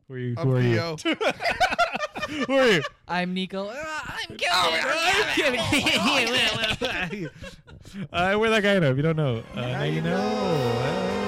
Who are you? I'm Who are you? Theo. Who are you? I'm Nico. Oh, I'm Gary. I'm Gary. uh, we're that guy now. If you don't know, uh, now, you you know.